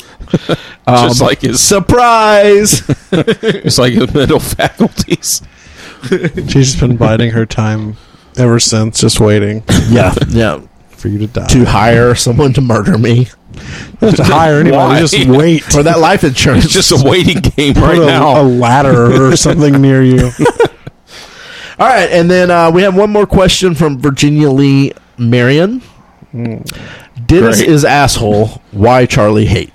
C: um,
B: Just like his-
C: surprise.
B: It's like the mental faculties.
A: She's just been biding her time ever since, just waiting
C: yeah, yeah.
A: for you to die.
C: To hire someone to murder me
A: Not to hire anybody,
B: Why?
A: just wait.
C: for that life insurance.
B: It's just a waiting game
A: Put
B: right
A: a, a
B: now.
A: ladder or something near you.
C: All right, and then uh, we have one more question from Virginia Lee Marion. Dennis
B: Great.
C: is asshole. Why Charlie hate?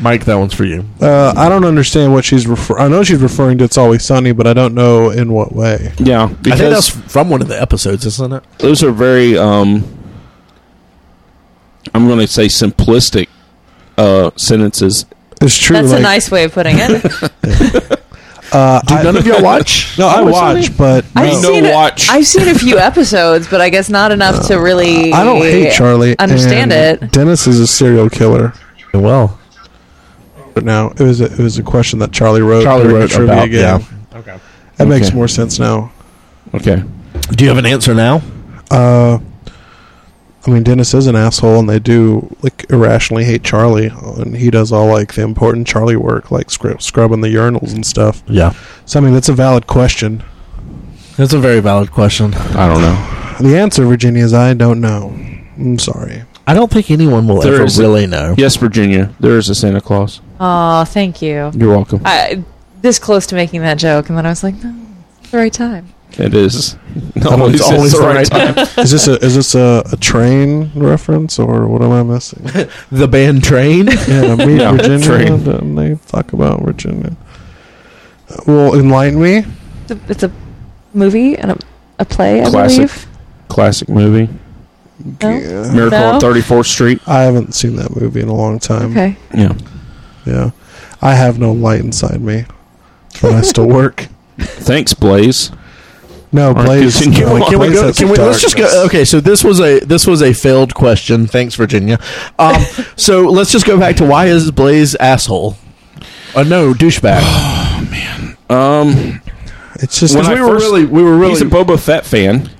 C: Mike, that one's for you.
A: Uh, I don't understand what she's refer. I know she's referring to "It's Always Sunny," but I don't know in what way.
B: yeah,
C: I think that's
B: because
C: from one of the episodes, isn't it?
B: those are very um I'm going to say simplistic uh sentences.
A: It's true.
D: That's
A: like,
D: a nice way of putting it.
A: Uh, I,
C: None of y'all watch?
A: no, I
B: Always
A: watch,
B: Sunny?
A: but
D: I've
A: no.
B: know
D: seen a-
B: watch.
D: I've seen a few episodes, but I guess not enough to really.
A: I don't hate Charlie.
D: Understand
A: and
D: it.
A: Dennis is a serial killer.
C: Well,
A: it now. It was a, it was a question that Charlie wrote.
C: Charlie
A: during the
C: wrote
A: trivia
C: about- yeah.
E: Okay.
A: That makes
B: Okay.
A: more sense now.
B: Okay.
C: Do you have an answer now?
A: Uh, I mean, Dennis is an asshole, and they do like irrationally hate Charlie, and he does all like the important Charlie work, like scr- scrubbing the urinals and stuff.
C: Yeah.
A: So I mean, that's a valid question.
C: That's a very valid question.
B: I don't know.
A: The answer, Virginia, is I don't know. I'm sorry.
C: I don't think anyone will
B: There
C: ever
B: is a-
C: really know.
B: Yes, Virginia. There is a Santa Claus.
D: Oh, thank you.
B: You're welcome.
D: I this close to making that joke, and then I was like, no, it's the right time.
B: It is. No,
A: Always-
B: it's
A: always
B: the
A: the
B: right
A: right
B: time.
A: Is this a is this a, a train reference or what am I missing?
C: The band Train?
A: Yeah, meet
B: Yeah,
A: Virginia.
B: train.
A: Then they talk about Virginia. Well, enlighten me.
D: It's a, it's a movie and a, a play, I
B: Classic.
D: believe.
C: Um,
B: Classic movie.
D: No?
A: Yeah.
B: Miracle
D: No?
B: on 34th Street.
A: I haven't seen that movie in a long time.
D: Okay.
B: Yeah.
A: Yeah. I have no light inside me, but I still work.
B: Thanks, Blaze.
A: No,
B: right,
A: Blaze.
B: continue
A: no,
B: on.
C: can we
A: Blaze
C: go?
A: has
C: Can we, let's just go.
A: darkness.
C: Okay, so this was a this was a failed question. Thanks, Virginia. Um, so let's just go back to why is Blaze asshole? Uh, no, douchebag.
B: Um,
A: It's just
B: When I
C: we were
B: first-
C: really, we were
B: he's
C: really.
B: a Boba Fett fan.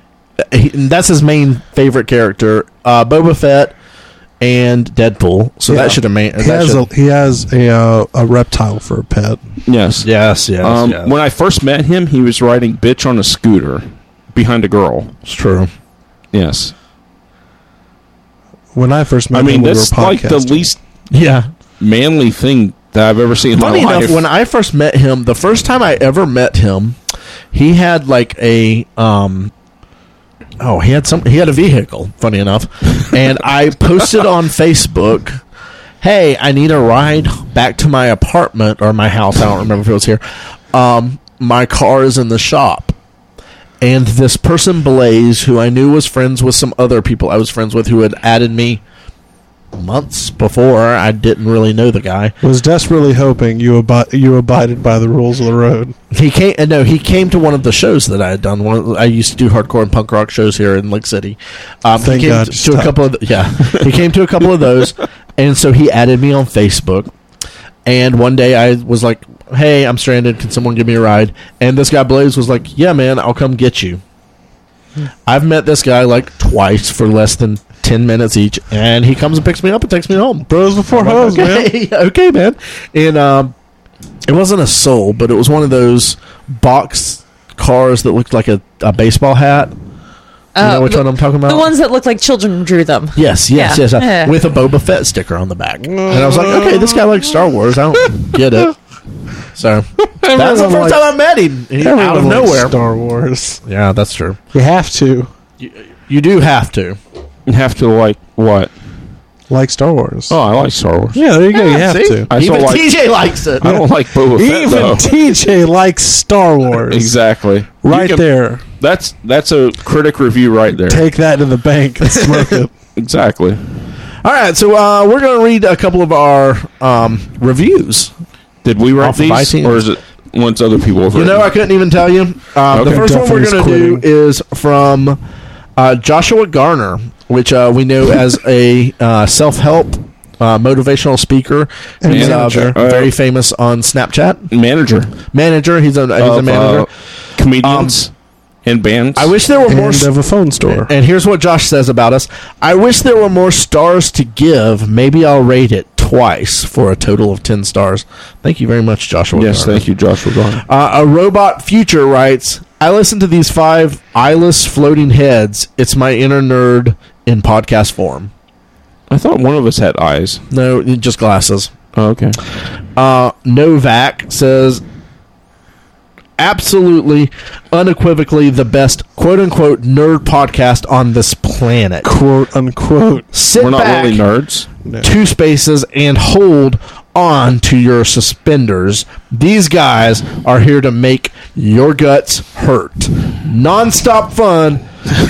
C: he- that's his main favorite character, uh, Boba Fett and Deadpool. So
A: Yeah.
C: that should have made.
A: he has a
C: should,
A: he has a uh, a reptile for a pet.
B: Yes.
C: yes, yes,
B: Um,
C: yes.
B: When I first met him, he was riding bitch on a scooter behind a girl.
C: it's true.
B: Yes.
A: When I first met
B: I mean,
A: him,
B: that's
A: we were
B: like the
A: podcasting.
B: least
C: Yeah.
B: manly thing that I've ever seen in
C: Funny
B: my
C: enough,
B: life.
C: when I first met him, the first time I ever met him, he had like a um oh, he had some he had a vehicle, funny enough. And I posted on Facebook, "Hey, I need a ride back to my apartment or my house, I don't remember if it was here. Um my car is in the shop." And this person Blaze, who I knew was friends with some other people I was friends with who had added me months before, I didn't really know the guy.
A: was desperately hoping you abide you abided by the rules of the road.
C: He came. uh, No, he came to one of the shows that I had done. One, I used to do hardcore and punk rock shows here in Lake City. Um,
A: Thank
C: he came
A: God
C: to,
A: you
C: a
A: stopped.
C: couple of th- yeah. he came to a couple of those, and so he added me on Facebook. And one day I was like, "Hey, I'm stranded. Can someone give me a ride?" And this guy Blaze was like, "Yeah, man, I'll come get you." I've met this guy like twice for less than ten minutes each, and he comes and picks me up and takes me home
A: Bros before hoes, man.
C: okay, okay, man. And um, it wasn't a soul, but it was one of those box cars that looked like a, a baseball hat. You
D: Uh,
C: know which
D: the,
C: one I'm talking about?
D: the ones that look like children drew them.
C: Yes, yes,
D: Yeah.
C: yes. uh,
D: Yeah.
C: With a Boba Fett sticker on the back, and I was like, okay, this guy likes Star Wars. I don't get it. So that's the
A: Everyone
C: first
A: likes-
C: time I met him. He- out of
A: Everyone likes
C: nowhere.
A: Star Wars.
C: Yeah, that's true.
A: You have to
C: You do have to.
B: You have to like what?
A: like Star Wars.
B: Oh, I like Star Wars.
A: yeah, there you go. you have
C: See?
A: to.
B: I
C: Even
B: still like-
C: TJ likes it.
B: I don't like Boba Fett
A: Even
B: though.
A: TJ likes Star Wars.
B: exactly. You
A: Right
B: can-
A: there.
B: That's that's a critic review right there.
A: Take that to the bank and smoke it.
B: exactly.
C: All right, so uh, we're going to read a couple of our um, reviews.
B: Did we write
C: Off of
B: these,
C: iTunes.
B: or is it once other people have
C: You know, I
B: written?
C: couldn't even tell you. Um,
B: Okay.
C: The first one we're
A: Definitely
C: going to do
A: quitting.
C: is from uh, Joshua Garner, which uh, we know as a uh, self help uh, motivational speaker.
A: And
C: He's uh,
A: manager.
C: very
B: Uh,
C: famous on Snapchat.
B: manager?
C: Manager. He's a, he's a
B: of,
C: manager. Um,
B: uh, comedians and bands.
C: I wish there were more.
A: and
C: s-
A: of a phone store.
C: And here's what Josh says about us I wish there were more stars to give. Maybe I'll rate it twice for a total of 10 stars. Thank you very much, Joshua.
B: Yes,
C: Garner.
B: thank you, Joshua. Garner.
C: Uh, a robot future writes, I listen to these five eyeless floating heads. It's my inner nerd in podcast form.
B: I thought one of us had eyes.
C: No, just glasses.
B: Oh, okay.
C: Uh, Novak says, absolutely, unequivocally, the best quote unquote nerd podcast on this planet.
A: quote unquote.
C: Sit
B: We're not
C: back
B: really nerds.
A: No.
C: two spaces and hold on to your suspenders. These guys are here to make your guts hurt. Nonstop fun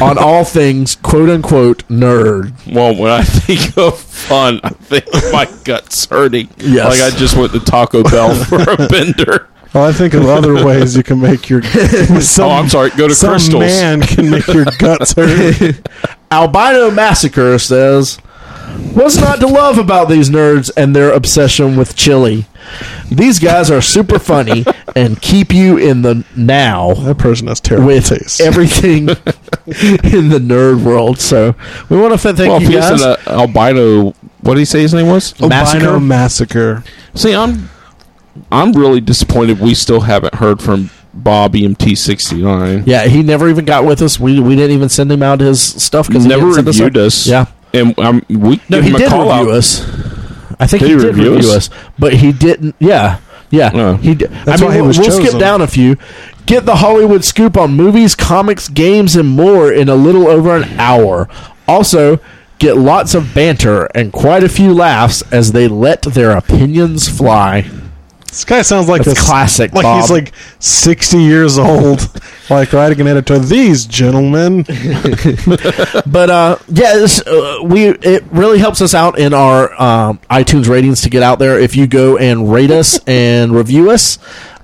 C: on all things quote unquote nerd.
B: Well, when I think of fun, I think my guts hurting.
C: Yes.
B: Like I just went to Taco Bell for a bender.
A: Well, I think of other ways you can make your. some,
B: oh, I'm sorry. Go to
A: some
B: Crystals.
A: man can make your guts hurt.
C: Albino Massacre says What's not to love about these nerds and their obsession with chili? These guys are super funny and keep you in the now
A: That person has terrible
C: with
A: taste.
C: everything in the nerd world. So we want to thank
B: well, if
C: you
B: he was
C: guys.
B: an uh, albino, what did he say his name was?
C: Oh,
A: Albino
C: Massacre?
A: massacre.
B: See, I'm I'm really disappointed we still haven't heard from Bob E EMT69.
C: Yeah, he never even got with us. We we didn't even send him out his stuff because
B: He's
C: he
B: never
C: didn't send
B: reviewed us.
C: Yeah,
B: And um, we
C: no,
B: give
C: he
B: him a
C: did review
B: call out.
C: us. I think
B: Did
C: he
B: he
C: did
B: review
C: review us?
B: us? Oh.
C: but he didn't. Yeah, yeah.
B: No.
C: He. d- I
A: That's
C: mean,
A: why he
C: we'll,
A: was
C: we'll skip
A: chosen.
C: down a few. Get the Hollywood scoop on movies, comics, games, and more in a little over an hour. Also. Get lots of banter and quite a few laughs as they let their opinions fly.
A: This guy sounds like
C: That's
A: this,
C: classic,
A: Like
C: Bob.
A: he's like sixty years old, like writing an editor. These gentlemen,
C: But uh, yeah, this, uh, we it really helps us out in our um, iTunes ratings to get out there. If you go and rate us and review us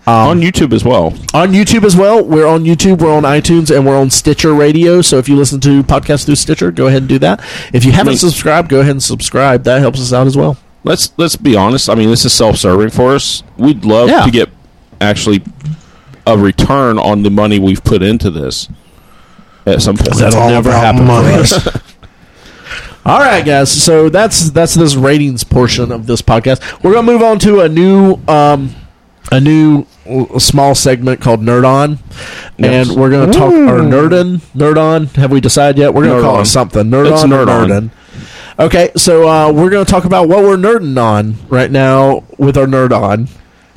B: on YouTube as well.
C: on YouTube as well, we're on YouTube, we're on iTunes, and we're on Stitcher Radio. So if you listen to podcasts through Stitcher, go ahead and do that. If you haven't
B: Wait.
C: subscribed, go ahead and subscribe. That helps us out as well.
B: Let's let's be honest. I mean, this is self-serving for us. We'd love
C: Yeah.
B: to get actually a return on the money we've put into this at some point.
A: It's all
C: never
A: about
C: happen
A: money.
C: All right, guys. So that's that's this ratings portion of this podcast. We're gonna move on to a new um, a new l- small segment called Nerd On,
B: Yes.
C: and we're gonna talk or Nerdin Nerd On. Have we decided yet? We're gonna
B: Nerd
C: call
B: On.
C: it something. Nerd
B: It's
C: On. or
B: Nerd On.
C: Nerdin. Okay, so uh, we're gonna talk about what we're nerding on right now with our Nerd On.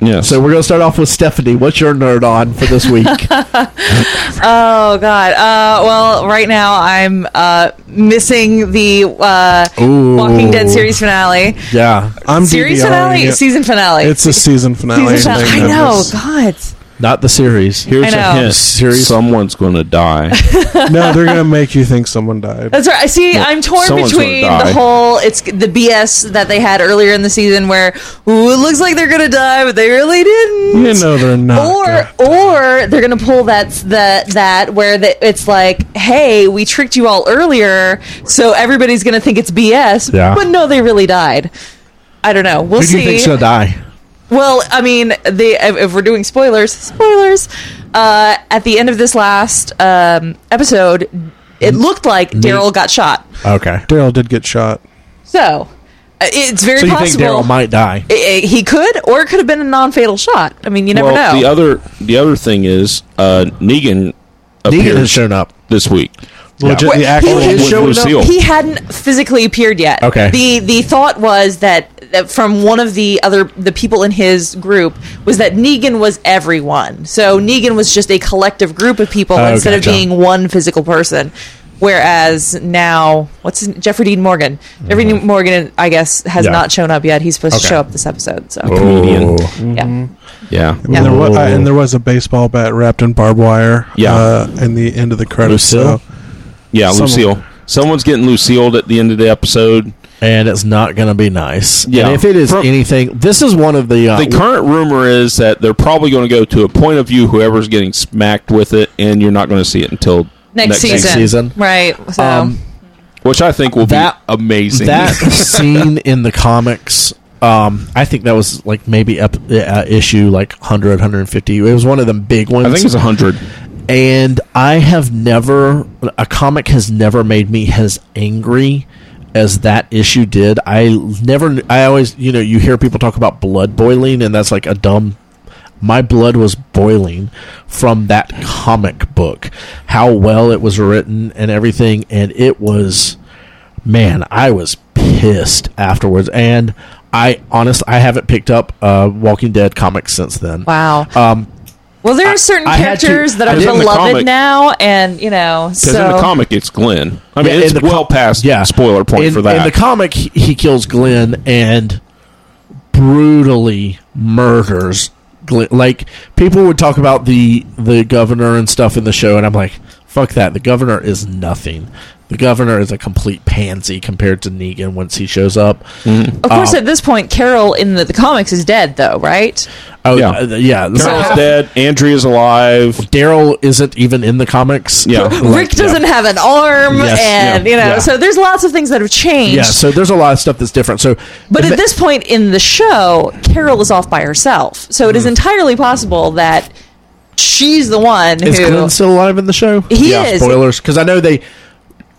B: Yes.
C: So we're gonna start off with Stephanie. What's your Nerd On for this week?
D: Oh God! Uh, well, right now I'm uh, missing the uh,
C: Ooh.
D: Walking Dead series finale.
C: yeah,
A: I'm
D: series
A: DVRing
D: finale,
A: it.
D: season finale.
A: It's a season finale.
D: season finale.
A: thing
D: I
A: that
D: know.
A: was-
D: God,
C: not the series. Here,
D: I know.
C: Series.
B: Someone's going to die.
A: No, they're gonna make you think someone died.
D: That's right. I see. I'm torn
B: someone's gonna
D: between
B: die.
D: the whole it's the BS that they had earlier in the season, where ooh, it looks like they're gonna die, but they really didn't.
A: You know they're not.
D: or or they're gonna pull that that that where the, it's like, hey, we tricked you all earlier, so everybody's gonna think it's BS.
C: Yeah.
D: But no, they really died. I don't know. We'll
C: Who do
D: see.
C: you think's gonna die?
D: Well, I mean, the if, if we're doing spoilers, spoilers. Uh, at the end of this last um, episode, it looked like Daryl got shot.
C: Okay,
A: Daryl did get shot.
D: So uh, it's very
C: so you think
D: possible
C: Daryl might die?
D: I- I- he could, or it could have been a non-fatal shot. I mean, you never
B: well,
D: know.
B: the other the other thing is uh, Negan
C: Negan has
B: appears
C: shown up.
B: this week.
A: Legit,
D: Wait,
A: the actual.
D: he-
B: With
D: Showing
C: up?
B: Lucille.
D: he hadn't physically appeared yet.
C: Okay.
D: The the thought was that, that from one of the other the people in his group was that Negan was everyone. So Negan was just a collective group of people
C: Oh,
D: instead
C: gotcha.
D: of being one physical person. Whereas now, what's his, Jeffrey Dean Morgan? Jeffrey Dean Morgan, I guess, has
C: Mm-hmm. Yeah.
D: not shown up yet. He's supposed
C: Okay.
D: to show up this episode. So
B: comedian.
D: yeah,
B: Yeah.
A: And there, was,
C: Oh.
A: and there was a baseball bat wrapped in barbed wire.
B: Yeah.
A: Uh, in the end of the credits.
C: Lucille?
A: So
B: Yeah,
A: Someone-
B: Lucille. Someone's getting Lucille at the end of the episode.
C: and it's not going to be nice.
B: Yeah.
C: And if it is
B: From-
C: anything, this is one of the. Uh,
B: The current rumor is that they're probably going to go to a point of view whoever's getting smacked with it, and you're not going to see it until
D: next, season.
C: season.
D: right? So
C: um,
B: which I think will
C: That-
B: be amazing.
C: that scene in the comics. Um, I think that was like maybe up uh, issue like 100, 150. It was one of them big ones.
B: I think it's a hundred.
C: and I have never a comic has never made me as angry as that issue did. I never I always you know you hear people talk about blood boiling and that's like a dumb my blood was boiling from that comic book. How well it was written and everything and it was man, I was pissed afterwards and I honest I haven't picked up uh Walking Dead comics since then.
D: wow.
C: Um
D: Well, there are certain
C: I had to-
D: characters that
C: I
D: are
B: did in the
D: beloved
B: comic.
D: now, and you know,
B: Because
D: so
B: in the comic, it's Glenn. I mean,
C: Yeah,
B: it's
C: in the com-
B: well past
C: yeah.
B: spoiler point
C: in,
B: for that.
C: In the comic, he, he kills Glenn and brutally murders Glenn. Like people would talk about the the governor and stuff in the show, and I'm like, Fuck that. The governor is nothing. The governor is a complete pansy compared to Negan once he shows up.
B: Mm-hmm.
D: Of course,
C: Um,
D: at this point, Carol in the, the comics is dead, though, right?
C: Oh
B: Yeah.
C: yeah, uh, yeah. the-
B: Carol's dead. Andrea's alive.
C: Daryl isn't even in the comics.
B: Yeah.
D: Rick doesn't have an arm,
C: Yes,
D: and
C: yeah,
D: you know,
C: yeah.
D: so there's lots of things that have changed.
C: Yeah, so there's a lot of stuff that's different. So,
D: But at
C: if it-
D: this point in the show, Carol is off by herself, so it
C: Mm.
D: is entirely possible that she's the one
C: is
D: who
C: Glenn still alive in the show?
D: He is.
C: Spoilers, because I know they.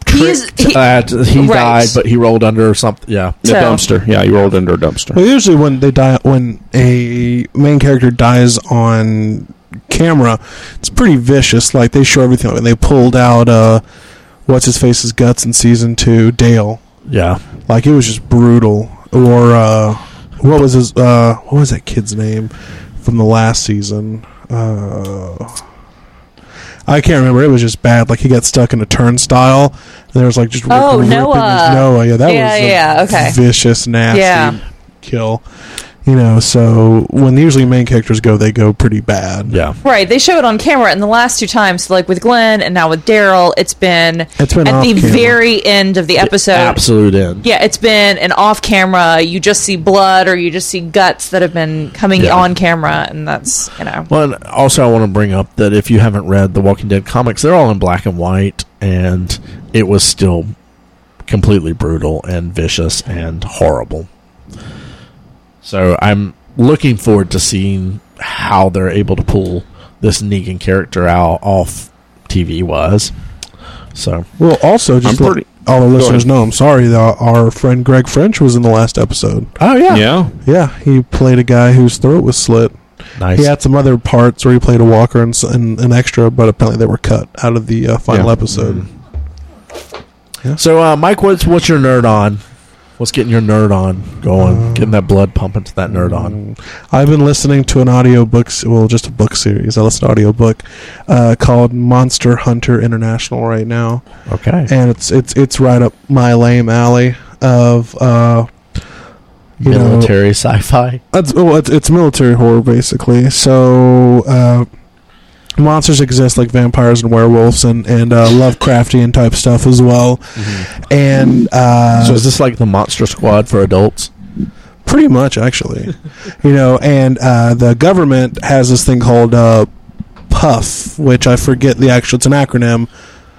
D: He is-
C: tricked,
D: he-
C: uh, t- he
D: Right.
C: died, but he rolled under or something. Yeah,
B: The
D: So-
B: dumpster. Yeah, he rolled under a dumpster.
A: Well, usually when they die, when a main character dies on camera, it's pretty vicious. Like they show everything. Like when they pulled out uh, what's his face's guts in season two, Dale.
C: yeah.
A: Like it was just brutal. Or uh, what was his? Uh, what was that kid's name from the last season? Uh, I can't remember. It was just bad. Like he got stuck in a turnstile. And there was like just
D: Oh,
A: ripping- ripping his-
D: Noah.
A: Noah. Yeah, that
D: Yeah,
A: was a
D: yeah, okay.
A: vicious, nasty
D: Yeah.
A: kill. You know, so when usually main characters go, they go pretty bad.
C: Yeah.
D: Right, they show it on camera, and the last two times, like with Glenn and now with Daryl, it's been,
A: It's been
D: at
A: off
D: the
A: camera.
D: very end of the episode.
C: Absolute end.
D: Yeah, it's been an off camera. You just see blood or you just see guts that have been coming
C: Yeah.
D: on camera, and that's you know.
C: Well, and also I want to bring up that if you haven't read the Walking Dead comics, they're all in black and white, and it was still completely brutal and vicious and horrible. So I'm looking forward to seeing how they're able to pull this Negan character out off TV wise. So
A: Well, also just
B: I'm
A: let
B: pretty-
A: all the listeners
B: ahead.
A: know. I'm sorry. The, our friend Greg French was in the last episode.
C: oh
B: Yeah.
A: Yeah, he played a guy whose throat was slit.
C: nice
A: He had some other parts where he played a walker and, s- and an extra, but apparently they were cut out of the uh, final
B: Yeah.
A: episode.
C: Mm. So, uh, Mike, what's what's your nerd on? What's getting your nerd on going? Getting that blood pumping to that nerd on.
A: Mm. I've been listening to an audiobook, s- well, just a book series. I listened to an audiobook uh, called Monster Hunter International right now,
C: Okay.
A: and it's it's it's right up my lame alley of uh, you know-
C: Military sci-fi.
A: It's, well, it's, it's military horror, basically. So, uh, monsters exist like vampires and werewolves and, and uh, Lovecraftian type stuff as well.
C: Mm-hmm.
A: And uh,
C: So is this like the Monster Squad for adults?
A: pretty much, actually. you know, and uh, the government has this thing called uh, PUFF, which I forget the actual, it's an acronym.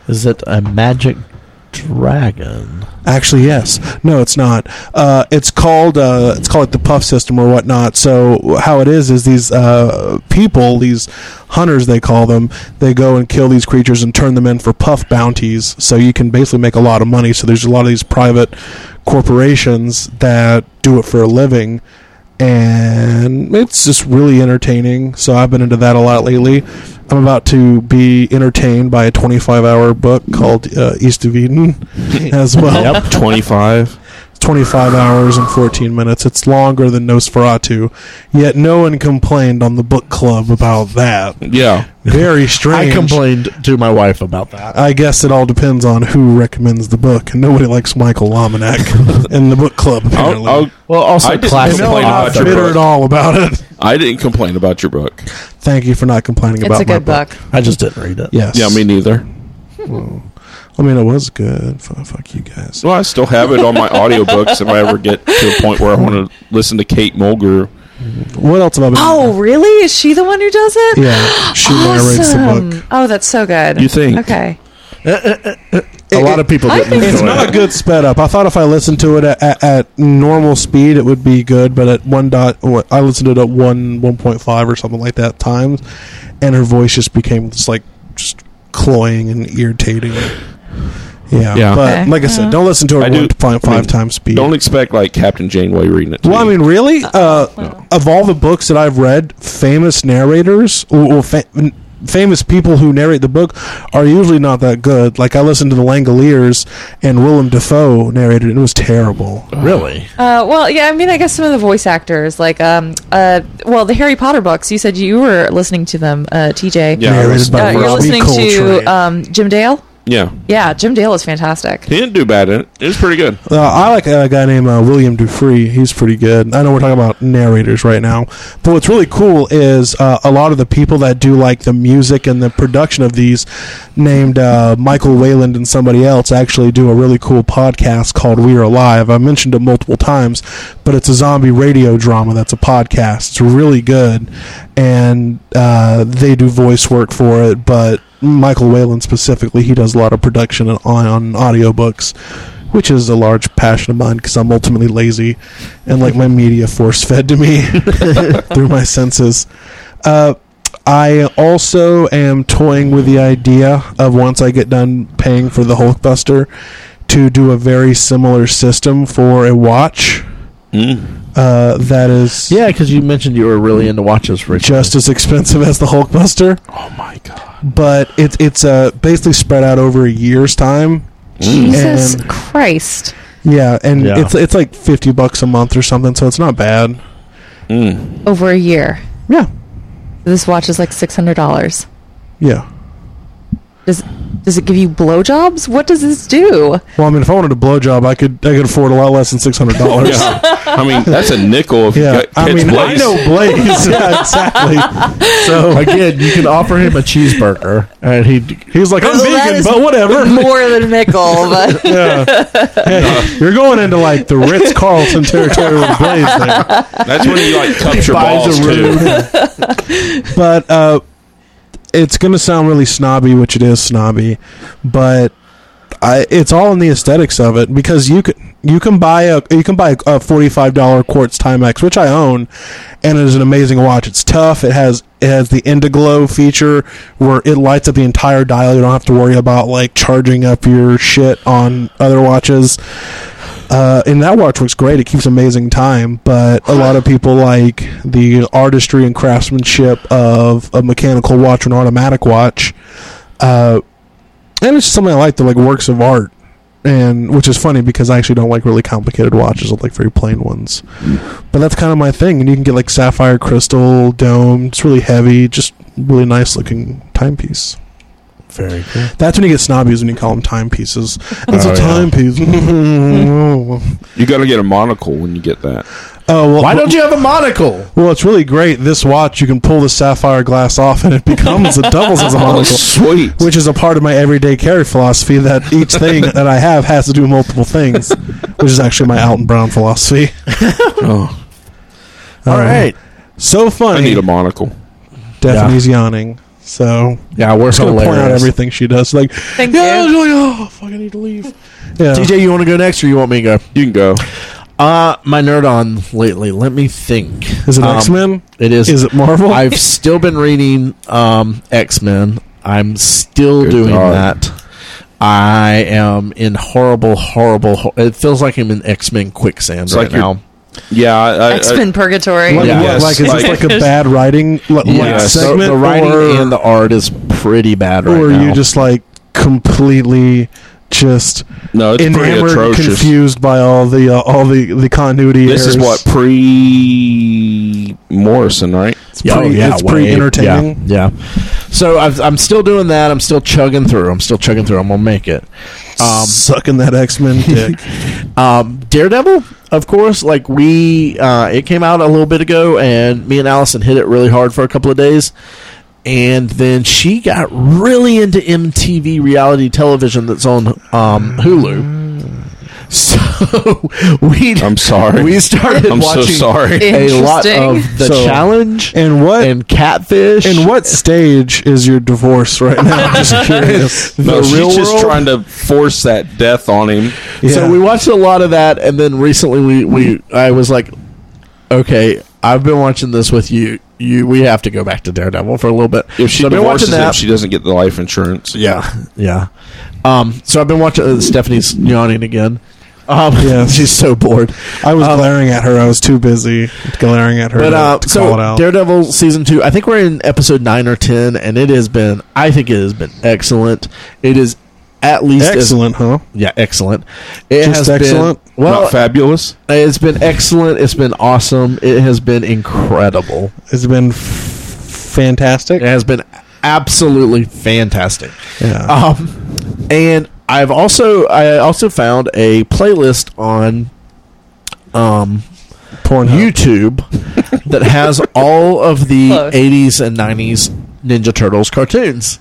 C: Is it a magic dragon?
A: Actually, yes. No, it's not. Uh, it's called uh, it's called like the puff system or whatnot. So how it is is these uh, people, these hunters they call them, they go and kill these creatures and turn them in for puff bounties. So you can basically make a lot of money. So there's a lot of these private corporations that do it for a living. And it's just really entertaining. So I've been into that a lot lately. I'm about to be entertained by a 25 hour book called uh, East of Eden as well.
B: Yep. Twenty five.
A: 25 hours and 14 minutes. It's longer than Nosferatu. Yet no one complained on the book club about that.
B: Yeah.
A: Very strange.
C: I complained to my wife about that.
A: I guess it all depends on who recommends the book, and nobody likes Michael Lomanak in the book club.
B: I'll,
A: Apparently,
B: I'll,
C: Well, also
B: I didn't
A: And
C: classic.
A: no
B: complain
A: one
B: about
A: was
B: your
A: bitter
B: book.
A: at all about it.
B: I didn't complain about your book.
A: Thank you for not complaining
D: It's
A: about
D: a
A: my
D: good book.
C: I just didn't read it.
A: Yes.
B: Yeah, me neither.
A: I mean, it was good. F- fuck you guys.
B: Well, I still have it on my audiobooks if I ever get to a point where I want to listen to Kate Mulgrew.
A: What else have I been?
D: Oh, really? Is she the one who does it?
A: yeah. She narrates the book.
D: Awesome. Oh, that's so good.
B: You think?
D: Okay.
C: A lot of people
D: I
C: didn't
D: think-
C: enjoy
A: It's not
C: it.
A: a good sped up. I thought if I listened to it at, at, at normal speed, it would be good. But at one dot, what- I listened to it at one one point five or something like that times, and her voice just became just like just cloying and irritating. Yeah,
B: Yeah.
A: but
D: Okay.
A: like I said, don't listen to
B: I
A: it
B: do-
A: one point
B: I mean,
A: five times speed.
B: Don't expect like Captain Janeway reading it. To
A: well, I
B: you.
A: mean, really, uh, of all the books that I've read, famous narrators or, or fa- n- famous people who narrate the book are usually not that good. Like I listened to the Langoliers, and Willem Dafoe narrated, it, and it was terrible.
C: Really?
D: Uh, well, yeah. I mean, I guess some of the voice actors, like, um, uh, well, the Harry Potter books. You said you were listening to them, uh, TJ.
B: Yeah, I
A: Narrated
B: was-
A: by
D: Uh, you're
A: Robbie
D: listening
A: Coltrane.
D: to um, Jim Dale.
B: Yeah.
D: Yeah, Jim Dale is fantastic.
B: He didn't do bad in it. It was pretty good.
A: Uh, I like a guy named uh, William Dufree. He's pretty good. I know we're talking about narrators right now, but what's really cool is uh, a lot of the people that do like the music and the production of these, named uh, Michael Wayland and somebody else, actually do a really cool podcast called We Are Alive. I mentioned it multiple times, but it's a zombie radio drama that's a podcast. It's really good, and uh, they do voice work for it, but. Michael Whalen specifically, he does a lot of production on, on audiobooks which is a large passion of mine because I'm ultimately lazy and like my media force fed to me through my senses. Uh, I also am toying with the idea of once I get done paying for the Hulkbuster to do a very similar system for a watch
B: Mm.
A: uh, that is
C: Yeah, because you mentioned you were really into watches for
A: just as expensive as the Hulkbuster.
B: Oh my god.
A: But it, it's uh, basically spread out over a year's time.
D: Jesus
A: And-
D: Christ.
A: Yeah, and
C: Yeah.
A: it's it's like fifty bucks a month or something, so it's not bad.
B: Mm.
D: Over a year.
A: Yeah,
D: This watch is like six hundred dollars.
A: yeah.
D: Does does it give you blowjobs? What does this do?
A: Well, I mean, if I wanted a blowjob, I could I could afford a lot less than six hundred dollars. yeah,
B: Yeah. I mean, that's a nickel if you got
A: I
B: catch
A: mean, I
B: Blaze.
A: know Blaze. yeah, exactly.
C: So again, you can offer him a cheeseburger, and he
A: He's like, I'm
D: Well, that
A: vegan,
D: is
A: but whatever.
D: More than a nickel, but
A: yeah. Hey, you're going into like the Ritz Carlton territory with Blaze there.
B: That's when he like cups your
C: buys
B: balls
C: a
B: too.
A: But uh, it's going to sound really snobby, which it is snobby, but I, it's all in the aesthetics of it because you can you can buy a you can buy a forty five dollar quartz Timex, which I own, and it is an amazing watch. It's tough. It has it has the Indiglow feature where it lights up the entire dial. You don't have to worry about like charging up your shit on other watches. Uh, and that watch works great. It keeps amazing time, but a lot of people like the artistry and craftsmanship of a mechanical watch or an automatic watch. Uh, and it's just something I like the like works of art, and which is funny because I actually don't like really complicated watches. I like very plain ones, but that's kind of my thing. And you can get like sapphire crystal dome. It's really heavy, just really nice looking timepiece.
C: very cool.
A: That's when you get snobby is when you call them timepieces. It's
C: Oh,
A: a
C: yeah.
A: timepiece.
B: You got to get a monocle when you get that.
A: oh well,
C: Why don't you have a monocle?
A: Well, it's really great. This watch, you can pull the sapphire glass off, and it becomes it doubles as a
B: Oh,
A: monocle,
B: sweet.
A: which is a part of my everyday carry philosophy. That each thing that I have has to do multiple things, which is actually my Alton Brown philosophy.
B: Oh,
A: Um,
C: All right.
A: so
B: I need
A: funny.
B: a monocle.
A: Daphne's yawning, so
C: Yeah, we're
A: just gonna
C: hilarious.
A: point out everything she does. Like,
D: thank
A: yeah, I was
D: you.
A: really, oh, fuck, I need to leave. Yeah,
C: TJ, you want to go next, or you want me to go?
B: You can go.
C: Uh, my nerd on lately. Let me think.
A: is it
C: Um,
A: X Men?
C: It is.
A: Is it Marvel?
C: I've still been reading um, X Men. I'm still
B: Good
C: doing
B: God.
C: that. I am in horrible, horrible. Hor- it feels like I'm in X Men quicksand
B: It's
C: right
B: like you're-
C: now.
B: Yeah, I, I,
D: X Men Purgatory.
A: like,
C: Yeah.
A: what,
B: Yes,
A: like, is
B: like-
A: this like a bad writing like, like
B: Yes.
C: so
A: segment?
C: the writing
A: or-
C: and the art is pretty bad right
A: or
C: now.
A: you just like completely just
B: no, it's pretty
A: enamored,
B: atrocious.
A: confused by all the uh, all the the continuity.
B: This is
A: errors.
B: what pre Morrison, right?
A: it's pretty, it's
C: Oh, way-
A: pretty entertaining.
C: Yeah, yeah. so I've, I'm still doing that. I'm still chugging through. I'm still chugging through. I'm gonna make it. Um,
A: Sucking that X Men dick.
C: um, Daredevil, of course. Like we, uh, it came out a little bit ago, and me and Allison hit it really hard for a couple of days, and then she got really into MTV reality television that's on um, Hulu. So we,
B: I'm sorry.
C: we started
B: I'm so
C: watching
B: sorry.
C: a lot
D: Interesting.
C: of the
A: So-
C: challenge
A: And what and,
C: and catfish
A: what stage is your divorce right now? Just curious.
B: No,
C: The
B: she's
C: real
B: just
C: world?
B: trying to force that death on him.
A: Yeah.
C: So we watched a lot of that, and then recently we, we I was like, okay, I've been watching this with you. You we have to go back to Daredevil for a little bit.
B: If she
C: So I've been watching
B: divorces him,
C: that.
B: she doesn't get the life insurance.
C: yeah, yeah. Um, so I've been watching. Uh, Stephanie's yawning again. Um,
A: Yes.
C: she's so bored.
A: I was glaring at her. I was too busy glaring at her
C: Um, But
A: to,
C: uh,
A: to call
C: so
A: it out.
C: Daredevil season two, I think we're in episode nine or ten, and it has been. I think it has been excellent. It is at least as-
A: Excellent, huh?
C: yeah, excellent. It
A: Just
C: has been-
A: excellent?
C: well,
B: Not fabulous.
C: It's been excellent. It's been awesome. It has been incredible.
A: It's been f- fantastic.
C: It has been absolutely fantastic.
A: Yeah.
C: Um, and I've also I also found a playlist on um
A: Uh-huh.
C: YouTube that has all of the
D: Close.
C: 80s and 90s Ninja Turtles cartoons.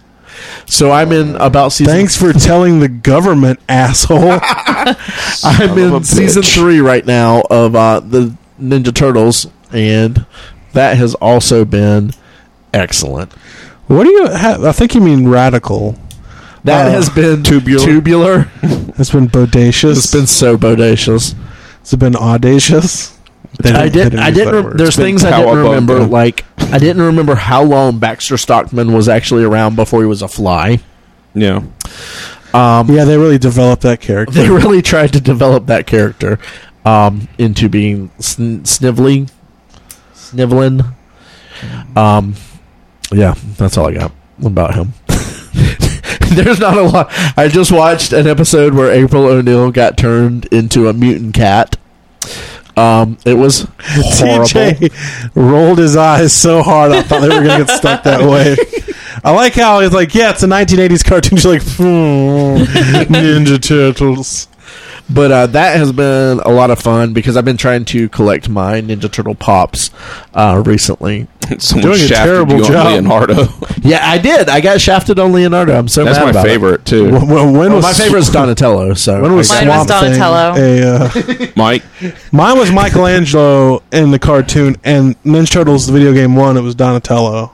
C: So I'm in about season
A: Thanks for telling the government, asshole.
C: I'm
B: of a
C: in season
B: bitch.
C: three right now of uh, the Ninja Turtles, and that has also been excellent.
A: what do you? Ha- I think you mean radical.
C: That
A: Uh,
C: has been
B: tubular.
C: Tubular.
A: It's been bodacious.
C: It's been so bodacious.
A: It's been audacious. They
C: I
A: didn't- they
C: didn't. I
A: use
C: didn't.
A: that
C: rem-
A: word.
C: there's
B: been
C: things I
B: how
C: didn't
B: above
C: remember.
B: them.
C: Like I didn't remember how long Baxter Stockman was actually around before he was a fly.
B: Yeah.
C: Um,
A: yeah, they really developed that character.
C: they really tried to develop that character um, into being sn- sniveling, sniveling. Um, yeah, that's all I got about him. There's not a lot. I just watched an episode where April O'Neil got turned into a mutant cat. Um, it was horrible.
A: TJ rolled his eyes so hard I thought they were going to get stuck that way. I like how he's like, yeah, it's a 1980s cartoon. She's like, hmm, Ninja Turtles.
C: But uh, that has been a lot of fun because I've been trying to collect my Ninja Turtle pops uh, recently.
B: Someone
A: Doing a
B: shafted
A: terrible
B: you on
A: job.
B: Leonardo.
C: Yeah, I did. I got shafted on Leonardo. I'm so
B: That's
C: mad
B: my
C: about it.
B: favorite
A: Wh-
B: too.
A: wh- When,
C: Well,
A: was
C: my favorite is Donatello. So
A: When was
D: Mine was
A: Swamp Thing?
D: Donatello.
A: a, uh,
B: Mike.
A: mine was Michelangelo in the cartoon, and Ninja Turtles the video game one. It was Donatello.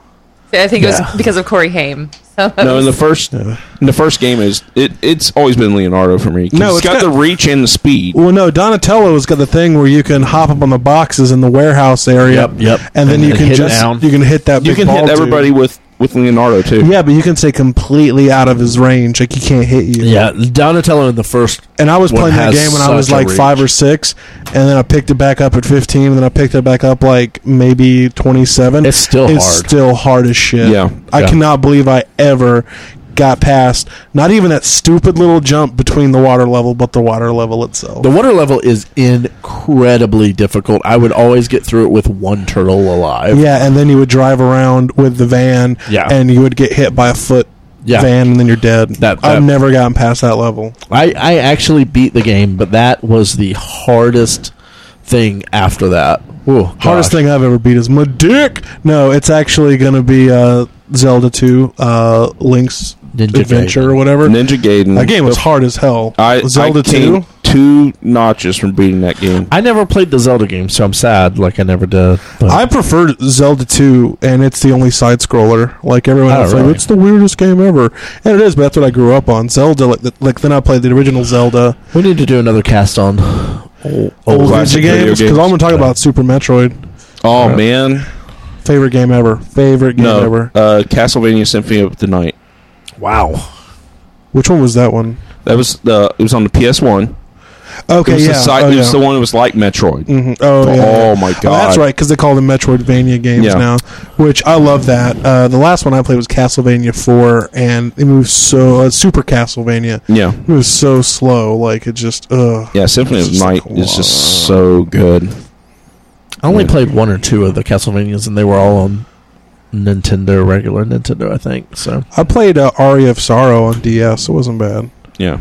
D: I think it was
C: Yeah.
D: because of Corey Haim. So that
B: No, in
D: was-
B: the first
A: Yeah.
B: in the first game is it it's always been Leonardo for me.
A: No,
B: No,
A: it's
B: it's got,
A: got-
B: the reach and the speed.
A: Well, no, Donatello has got the thing where you can hop up on the boxes in the warehouse area.
C: Yep, yep.
A: And then
C: And
A: you
C: then
A: can
C: hit it
A: just
C: down.
A: you can hit that.
B: You
A: big
B: can
A: ball
B: hit
A: dude.
B: everybody with with Leonardo too.
A: Yeah, but you can stay completely out of his range. Like he can't hit you.
C: yeah, Donatello in the first.
A: And I was
C: One
A: playing that
C: has
A: game when I was
C: such a
A: like
C: reach.
A: five or six, and then I picked it back up at fifteen, and then I picked it back up like maybe twenty-seven.
C: It's still
A: it's
C: hard.
A: still hard as shit.
B: Yeah.
A: I
C: Yeah.
A: cannot believe I ever got past not even that stupid little jump between the water level, but the water level itself.
C: The water level is incredibly difficult. I would always get through it with one turtle alive.
A: yeah, and then you would drive around with the van,
C: Yeah.
A: and you would get hit by a foot
C: Yeah.
A: van, and then you're dead.
C: That- that-
A: I've never gotten past that level.
C: I, I actually beat the game, but that was the hardest thing after that. Ooh,
A: Hardest
C: gosh.
A: thing I've ever beat is my dick. No, it's actually going to be uh, Zelda 2, uh, Link's
C: Ninja
A: Adventure
C: Gaiden.
A: or whatever.
B: Ninja Gaiden.
A: that game was hard as hell.
B: I
A: Zelda
B: I came
A: 2.
B: two notches from beating that game.
C: I never played the Zelda game, so I'm sad. Like I never did. but-
A: I prefer Zelda 2, and it's the only side scroller. Like everyone
C: Oh,
A: else,
C: really?
A: like, it's the weirdest game ever, and it is. But that's what I grew up on. Zelda, like, the, like then I played the original Zelda,
C: we need to do another cast on old,
A: old Ninja
B: classic video
A: games, because
B: games.
A: I'm going to talk about Super Metroid.
B: Oh man,
A: Favorite game ever. Favorite game
B: no,
A: ever.
B: uh, Castlevania Symphony of the Night.
C: Wow.
A: Which one was that one?
B: That was the it was on the PS One.
A: Okay,
B: It was
A: yeah.
B: the side,
A: oh,
B: it was
A: yeah.
B: the one that was like Metroid.
A: hmm Oh, yeah.
B: Oh my
A: Oh, that's
B: God.
A: right, because they call them Metroidvania games
B: Yeah.
A: now, which I love that. Uh, the last one I played was Castlevania 4, and it moves so uh, Super Castlevania.
B: Yeah,
A: It was so slow, like it just ugh.
B: yeah. Symphony
A: It's
B: of the
A: just
B: Night
A: like,
B: is just so good.
C: I only
B: Yeah.
C: played one or two of the Castlevanias, and they were all on Nintendo, regular Nintendo, I think. So,
A: I played uh, Aria of Sorrow on DS. It wasn't bad.
B: Yeah.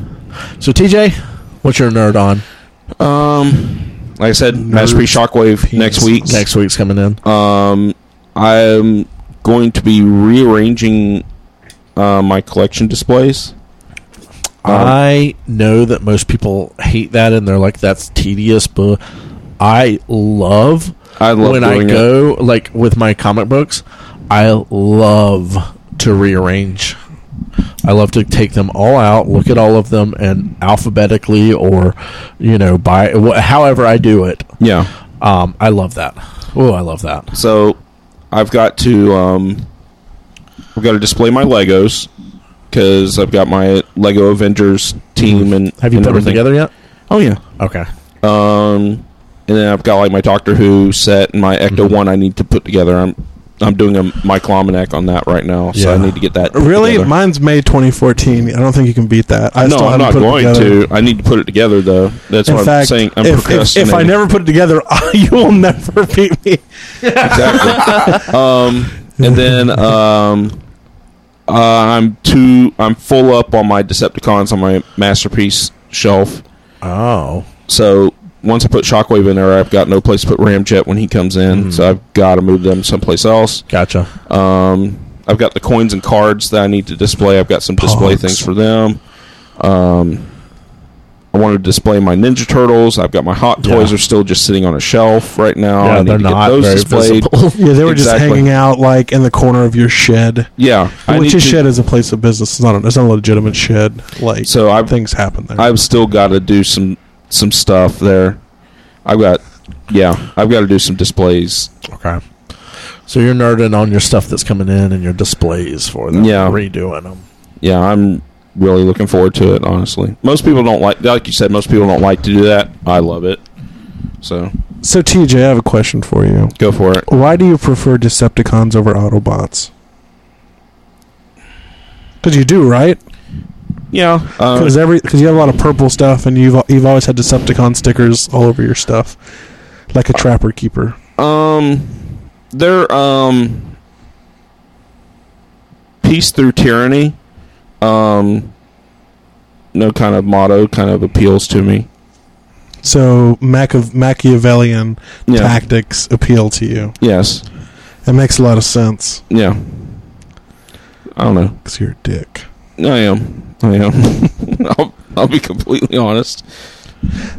C: so TJ, what's your nerd on?
B: Um, like I said,
A: Nerd
B: Masterpiece Shockwave next week.
A: penises.
C: Next week's coming in.
B: Um, I'm going to be rearranging uh, my collection displays. Um,
C: I know that most people hate that, and they're like, "That's tedious," but I love
B: I love
C: when I
B: doing it.
C: go like with my comic books. I love to rearrange. I love to take them all out, look at all of them, and alphabetically, or you know, by wh- however I do it.
B: Yeah.
C: Um, I love that. Oh, I love that.
B: So I've got to um, I've got to display my Legos because I've got my Lego Avengers team and
C: Mm-hmm. Have you
B: and
C: put them
B: everything.
C: together yet?
B: Oh yeah.
C: Okay.
B: Um, and then I've got like my Doctor Who set and my Ecto
C: Mm-hmm.
B: One. I need to put together. I'm I'm doing a Michael Almanac on that right now, so I
C: Yeah.
B: need to get that. put
A: Really,
B: together.
A: mine's May 2014. I don't think you can beat that. I
B: no,
A: still
B: I'm
A: haven't
B: not
A: put it
B: going
A: together.
B: to. I need to put it together, though. That's
A: In
B: what
A: fact,
B: I'm saying. I'm
A: if, if,
B: procrastinating.
A: if I never put it together, you will never beat me.
B: exactly. um, and then um, Uh, I'm too. I'm full up on my Decepticons on my masterpiece shelf.
C: Oh.
B: So once I put Shockwave in there, I've got no place to put Ramjet when he comes in.
C: Mm-hmm.
B: So I've got to move them someplace else.
C: Gotcha.
B: Um, I've got the coins and cards that I need to display. I've got some display
A: Pogs.
B: things for them. Um, I want to display my Ninja Turtles. I've got my Hot Toys
C: Yeah.
B: are still just sitting on a shelf right now. I
C: yeah,
B: need
C: they're
B: to get
C: not
B: those
C: very
B: displayed.
C: visible.
A: Yeah, they were just
B: Exactly.
A: hanging out like in the corner of your shed.
B: Yeah, I
A: Which
B: need
A: his
B: to-
A: shed is a place of business. It's not a, it's not a legitimate shed. Like
B: So I've-
A: things happen there.
B: I've still got to do some some stuff there. I've got yeah, I've got to do some displays.
C: okay. So you're nerding on your stuff that's coming in and your displays for them.
B: Yeah.
C: Redoing them.
B: Yeah, I'm really looking forward to it. Honestly, most people don't like like you said. Most people don't like to do that. I love it. So
A: so TJ, I have a question for you.
B: go for it.
A: Why do you prefer Decepticons over Autobots? Because you do, right?
B: Yeah, um,
A: Because every because you have a lot of purple stuff, and you've you've always had Decepticon stickers all over your stuff, like a
B: Uh,
A: Trapper Keeper.
B: Um, they're um, peace through tyranny. Um, no kind of motto kind of appeals to me.
A: So Machiav- Machiavellian
B: Yeah.
A: tactics appeal to you.
B: Yes.
A: It makes a lot of sense
B: Yeah. I don't know.
A: because you're a dick.
B: I am. I am. I'll, I'll be completely honest.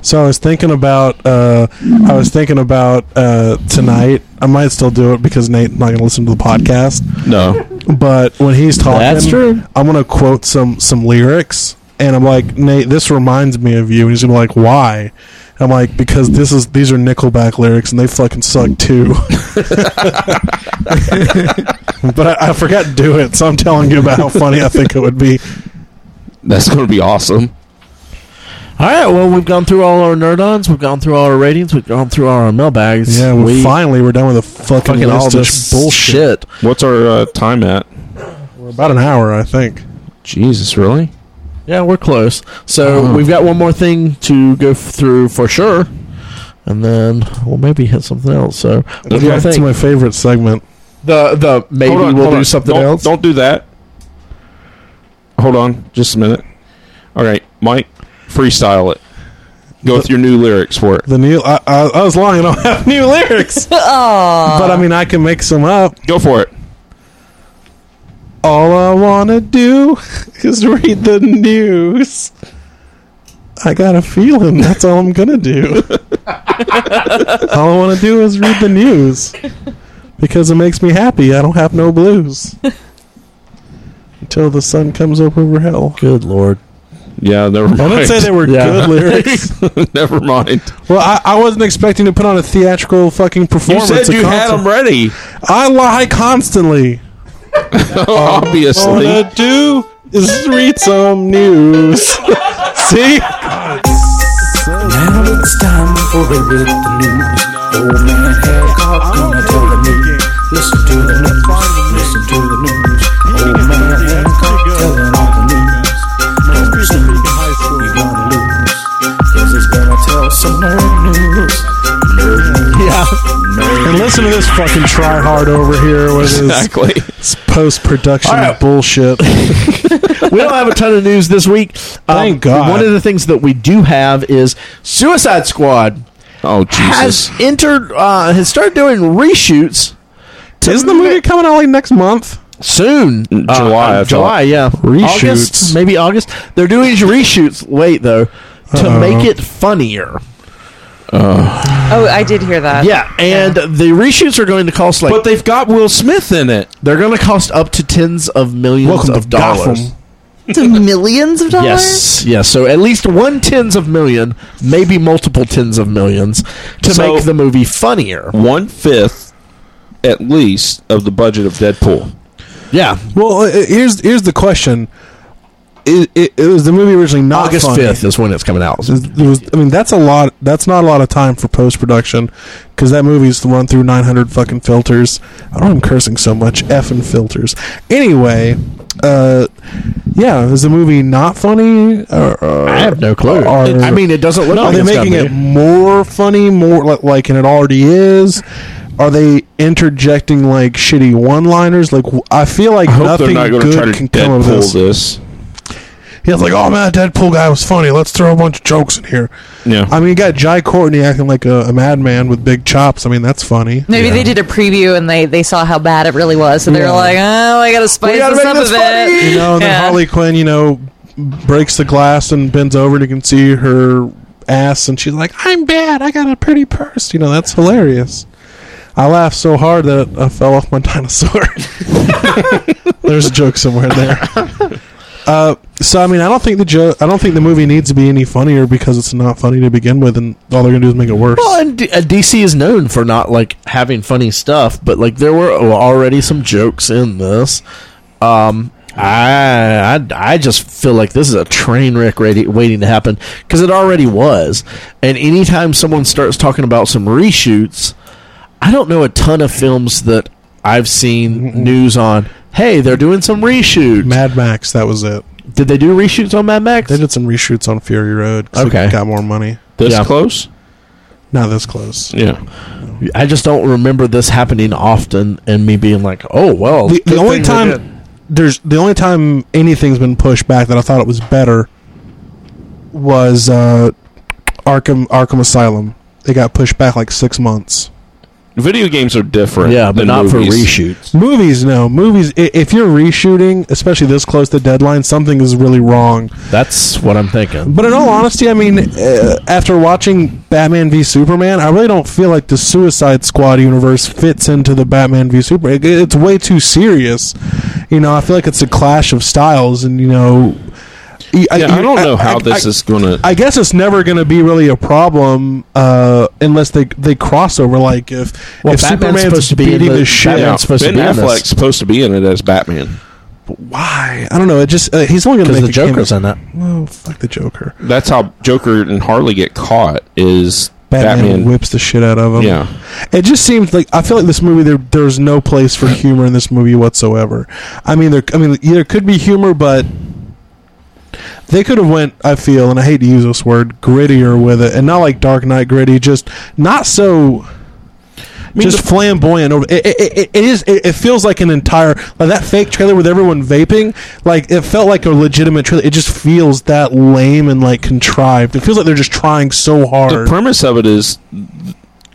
A: So I was thinking about uh, I was thinking about uh, tonight. I might still do it because Nate's not going to listen to the podcast.
B: No.
A: But when he's talking,
C: That's true.
A: I'm going to quote some some lyrics, and I'm like, Nate, this reminds me of you. And he's going to be like, why? And I'm like, because this is these are Nickelback lyrics, and they fucking suck too. but I, I forgot to do it, so I'm telling you about how funny I think it would be.
B: That's going to be awesome.
C: All right. Well, we've gone through all our nerdons. We've gone through all our ratings. We've gone through all our mailbags.
A: Yeah, we
C: we
A: finally we're done with the fucking,
C: fucking
A: list
C: all
A: of
C: this
A: bullshit.
C: bullshit.
B: What's our uh, time at?
A: We're about an hour, I think.
B: Jesus, really?
C: Yeah, we're close. So
A: Uh-huh.
B: Oh.
C: we've got one more thing to go f- through for sure, and then we'll maybe hit something else. So what do you
A: That's
C: think?
A: my favorite segment.
C: the the maybe
B: Hold on,
C: we'll
B: hold
C: do
B: on.
C: something
B: Don't-
C: else.
B: Don't do that. Hold on, just a minute. All right, Mike, freestyle it. Go with your new lyrics for it.
A: The new I, I, I was lying. I don't have new lyrics,
D: Aw.
A: but I mean I can make some up.
B: Go for it.
A: All I wanna do is read the news. I got a feeling that's all I'm gonna do. all I wanna do is read the news because it makes me happy. I don't have no blues until the sun comes up over hell.
C: Good lord.
B: Yeah, never mind.
A: I didn't say they were
C: Yeah.
A: good lyrics.
B: never mind.
A: Well, I, I wasn't expecting to put on a theatrical fucking
B: You
A: performance.
B: said
A: a
B: you had
A: concert.
B: them ready.
A: I lie constantly. All
B: Obviously.
A: I do is read some news. See?
F: Now it's time for a read the news. Old man Hancock's gonna tell the news. Listen to the news. Listen to the news. Old man Hancock telling all the news. Don't sleep, you're gonna lose. 'Cause he's gonna tell some nerd news. Nerd news.
C: Yeah.
A: And listen to this fucking tryhard over here with
B: Exactly.
A: his post production
C: All right.
A: bullshit.
C: we don't have a ton of news this week. Um,
A: Thank God.
C: One of the things that we do have is Suicide Squad
B: Oh Jesus.
C: has entered uh, has started doing reshoots to
A: Isn't the movie coming out like next month?
C: soon.
B: Mm,
C: Uh,
B: July, I
C: uh,
B: thought.
C: July, yeah.
A: Reshoots.
C: August, maybe August. They're doing reshoots late though to
A: Uh-oh.
C: make it funnier.
D: oh, I did hear that.
C: Yeah, and the reshoots are going to cost like
B: But they've got Will Smith in it.
C: they're going to cost up to tens of millions
A: Welcome
C: of
A: to
C: dollars.
A: Gotham.
D: To millions of dollars?
C: Yes, yes. So at least one tens of million, maybe multiple tens of millions, to
B: So-
C: make the movie funnier.
B: One fifth, at least, of the budget of Deadpool.
C: Yeah,
A: Well, uh, here's here's the question. It, it, it was the movie originally not
C: August
A: funny.
C: fifth is when it's coming out.
A: It was, I mean, that's a lot. That's not a lot of time for post production because that movie's run through 900 fucking filters. I don't. I'm cursing so much. Effing filters. Anyway, uh, yeah, is the movie not funny? Or, or,
C: I have no clue.
A: Or-
C: It- I mean, it doesn't look.
A: are
C: like
A: they
C: it's gonna
A: making it
C: be.
A: more funny, more li- like, and it already is? are they interjecting like shitty one-liners? Like w- I feel like
B: I hope they're
A: nothing
B: not going to
A: good
B: try to
A: can come of this.
B: Deadpool this.
A: He was like, "Oh man, that Deadpool guy was funny. Let's throw a bunch of jokes in here."
B: Yeah.
A: I mean, you got Jai Courtney acting like a, a madman with big chops. I mean, that's funny.
D: Maybe they did a preview and they, they saw how bad it really was, so they were
A: Yeah.
D: like, "Oh, I gotta spice
C: gotta
D: this
C: make
D: up
C: this
D: a bit."
C: funny.
A: You know, and
D: Yeah.
A: then Harley Quinn, you know, breaks the glass and bends over, and you can see her ass, and she's like, "I'm bad. I got a pretty purse." You know, that's hilarious. I laughed so hard that I fell off my dinosaur. There's a joke somewhere there. Uh, so I mean, I don't think the joke. I don't think the movie needs to be any funnier because it's not funny to begin with, and all they're gonna do is make it worse.
C: Well, and D- uh, DC is known for not like having funny stuff, but like there were already some jokes in this. Um, I, I I just feel like this is a train wreck ready, waiting to happen because it already was. And anytime someone starts talking about some reshoots, I don't know a ton of films that I've seen news on. Hey, they're doing some reshoots.
A: Mad Max, that was it.
C: Did they do reshoots on Mad Max?
A: They did some reshoots on Fury Road. 'cause
C: Okay.
A: it got more money.
B: This
C: Yeah.
B: close?
A: Not this close.
B: Yeah.
C: I just don't remember this happening often, and me being like, "Oh well."
A: the, the
C: good
A: only
C: thing they did.
A: time there's the only time anything's been pushed back that I thought it was better was uh, Arkham Arkham Asylum. It got pushed back like six months.
B: Video games are different.
C: Yeah, but
B: than
C: not for
B: movies.
C: reshoots.
A: Movies, no movies. i- If you're reshooting, especially this close to deadline, something is really wrong.
C: That's what I'm thinking.
A: But in all honesty, I mean, uh, after watching Batman v Superman, I really don't feel like the Suicide Squad universe fits into the Batman v Superman. It- It's way too serious. You know, I feel like it's a clash of styles, and you know, y-
B: Yeah, I, don't know how
A: I-
B: this
A: I-
B: is going to.
A: I guess it's never going to be really a problem uh, unless they they cross over. Like if
C: Well,
A: if
C: Batman's
A: Superman's
C: supposed to be in
A: beating
C: the-
A: the shit
C: Batman's
A: out,
C: supposed to
B: ben
C: be in this.
B: Affleck's supposed to be in it as Batman.
A: why? I don't know. It just uh, he's only going to
C: Because
A: make
C: the Joker's
A: a
C: in it.
A: cameo. Oh, fuck the Joker.
B: That's how Joker and Harley get caught. Is
A: Batman,
B: Batman?
A: whips the shit out of him.
B: yeah,
A: It just seems like I feel like this movie there there's no place for humor in this movie whatsoever. I mean there I mean there could be humor but they could have went I feel and I hate to use this word grittier with it and not like Dark Knight gritty just not so just flamboyant over it, it, it, it is it, it feels like an entire like that fake trailer with everyone vaping like it felt like a legitimate trailer it just feels that lame and like contrived it feels like they're just trying so
B: the
A: hard
B: premise of it is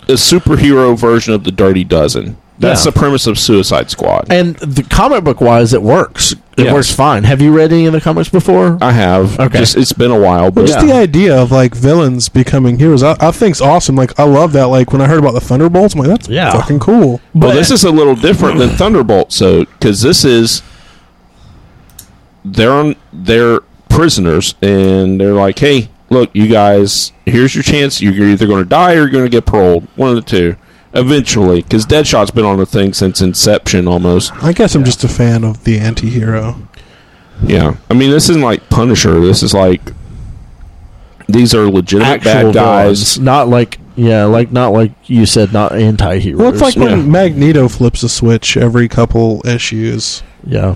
B: a superhero version of the Dirty Dozen. That's
C: Yeah.
B: the premise of Suicide Squad.
C: And the comic book wise, it works. It
B: Yes.
C: works fine. Have you read any of the comics before?
B: I have.
C: Okay.
B: Just, it's been a while, but
A: Just the idea of like villains becoming heroes, I, I think's awesome. Like I love that. Like when I heard about the Thunderbolts, I'm like, that's
C: Yeah.
A: fucking cool.
B: well, this is a little different than Thunderbolt, so because this is they're on they're prisoners, and they're like, "Hey, look, you guys, here's your chance. You're either going to die or you're going to get paroled. One of the two, eventually." Because Deadshot's been on the thing since inception, almost.
A: I guess I'm just a fan of the anti-hero.
B: Yeah, I mean, this isn't like Punisher. This is like these are legitimate bad guys.
C: villains, not like yeah, like not like you said, not anti-heroes.
A: Well, it's like
B: yeah.
A: when Magneto flips a switch every couple issues.
C: yeah.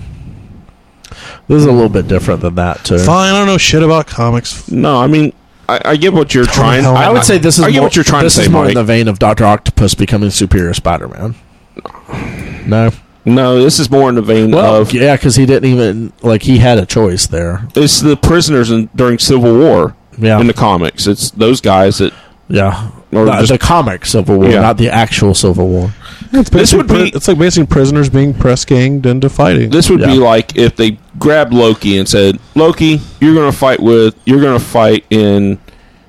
C: This is a little bit different than that too.
A: Fine, I don't know shit about comics.
B: No, I mean, I, I get what you're trying.
A: hell
C: I would say this is
B: I get
C: more,
B: what you're trying
C: this
B: to say,
C: is more
B: Mike.
C: in the vein of Doctor Octopus becoming superior Spider-Man. No,
B: no, this is more in the vein
C: well,
B: of
C: yeah, because he didn't even like he had a choice there.
B: it's the prisoners in, during Civil War
C: Yeah,
B: in the comics. It's those guys that
C: yeah.
B: Or
C: the,
B: just-
C: the comic Civil War,
B: Yeah.
C: not the actual Civil War.
A: It's
B: This
A: basically
B: would be-
A: pri- it's like basically prisoners being press ganged into fighting.
B: this would be
C: Yeah.
B: like if they grabbed Loki and said, "Loki, you're going to fight with you're going to fight and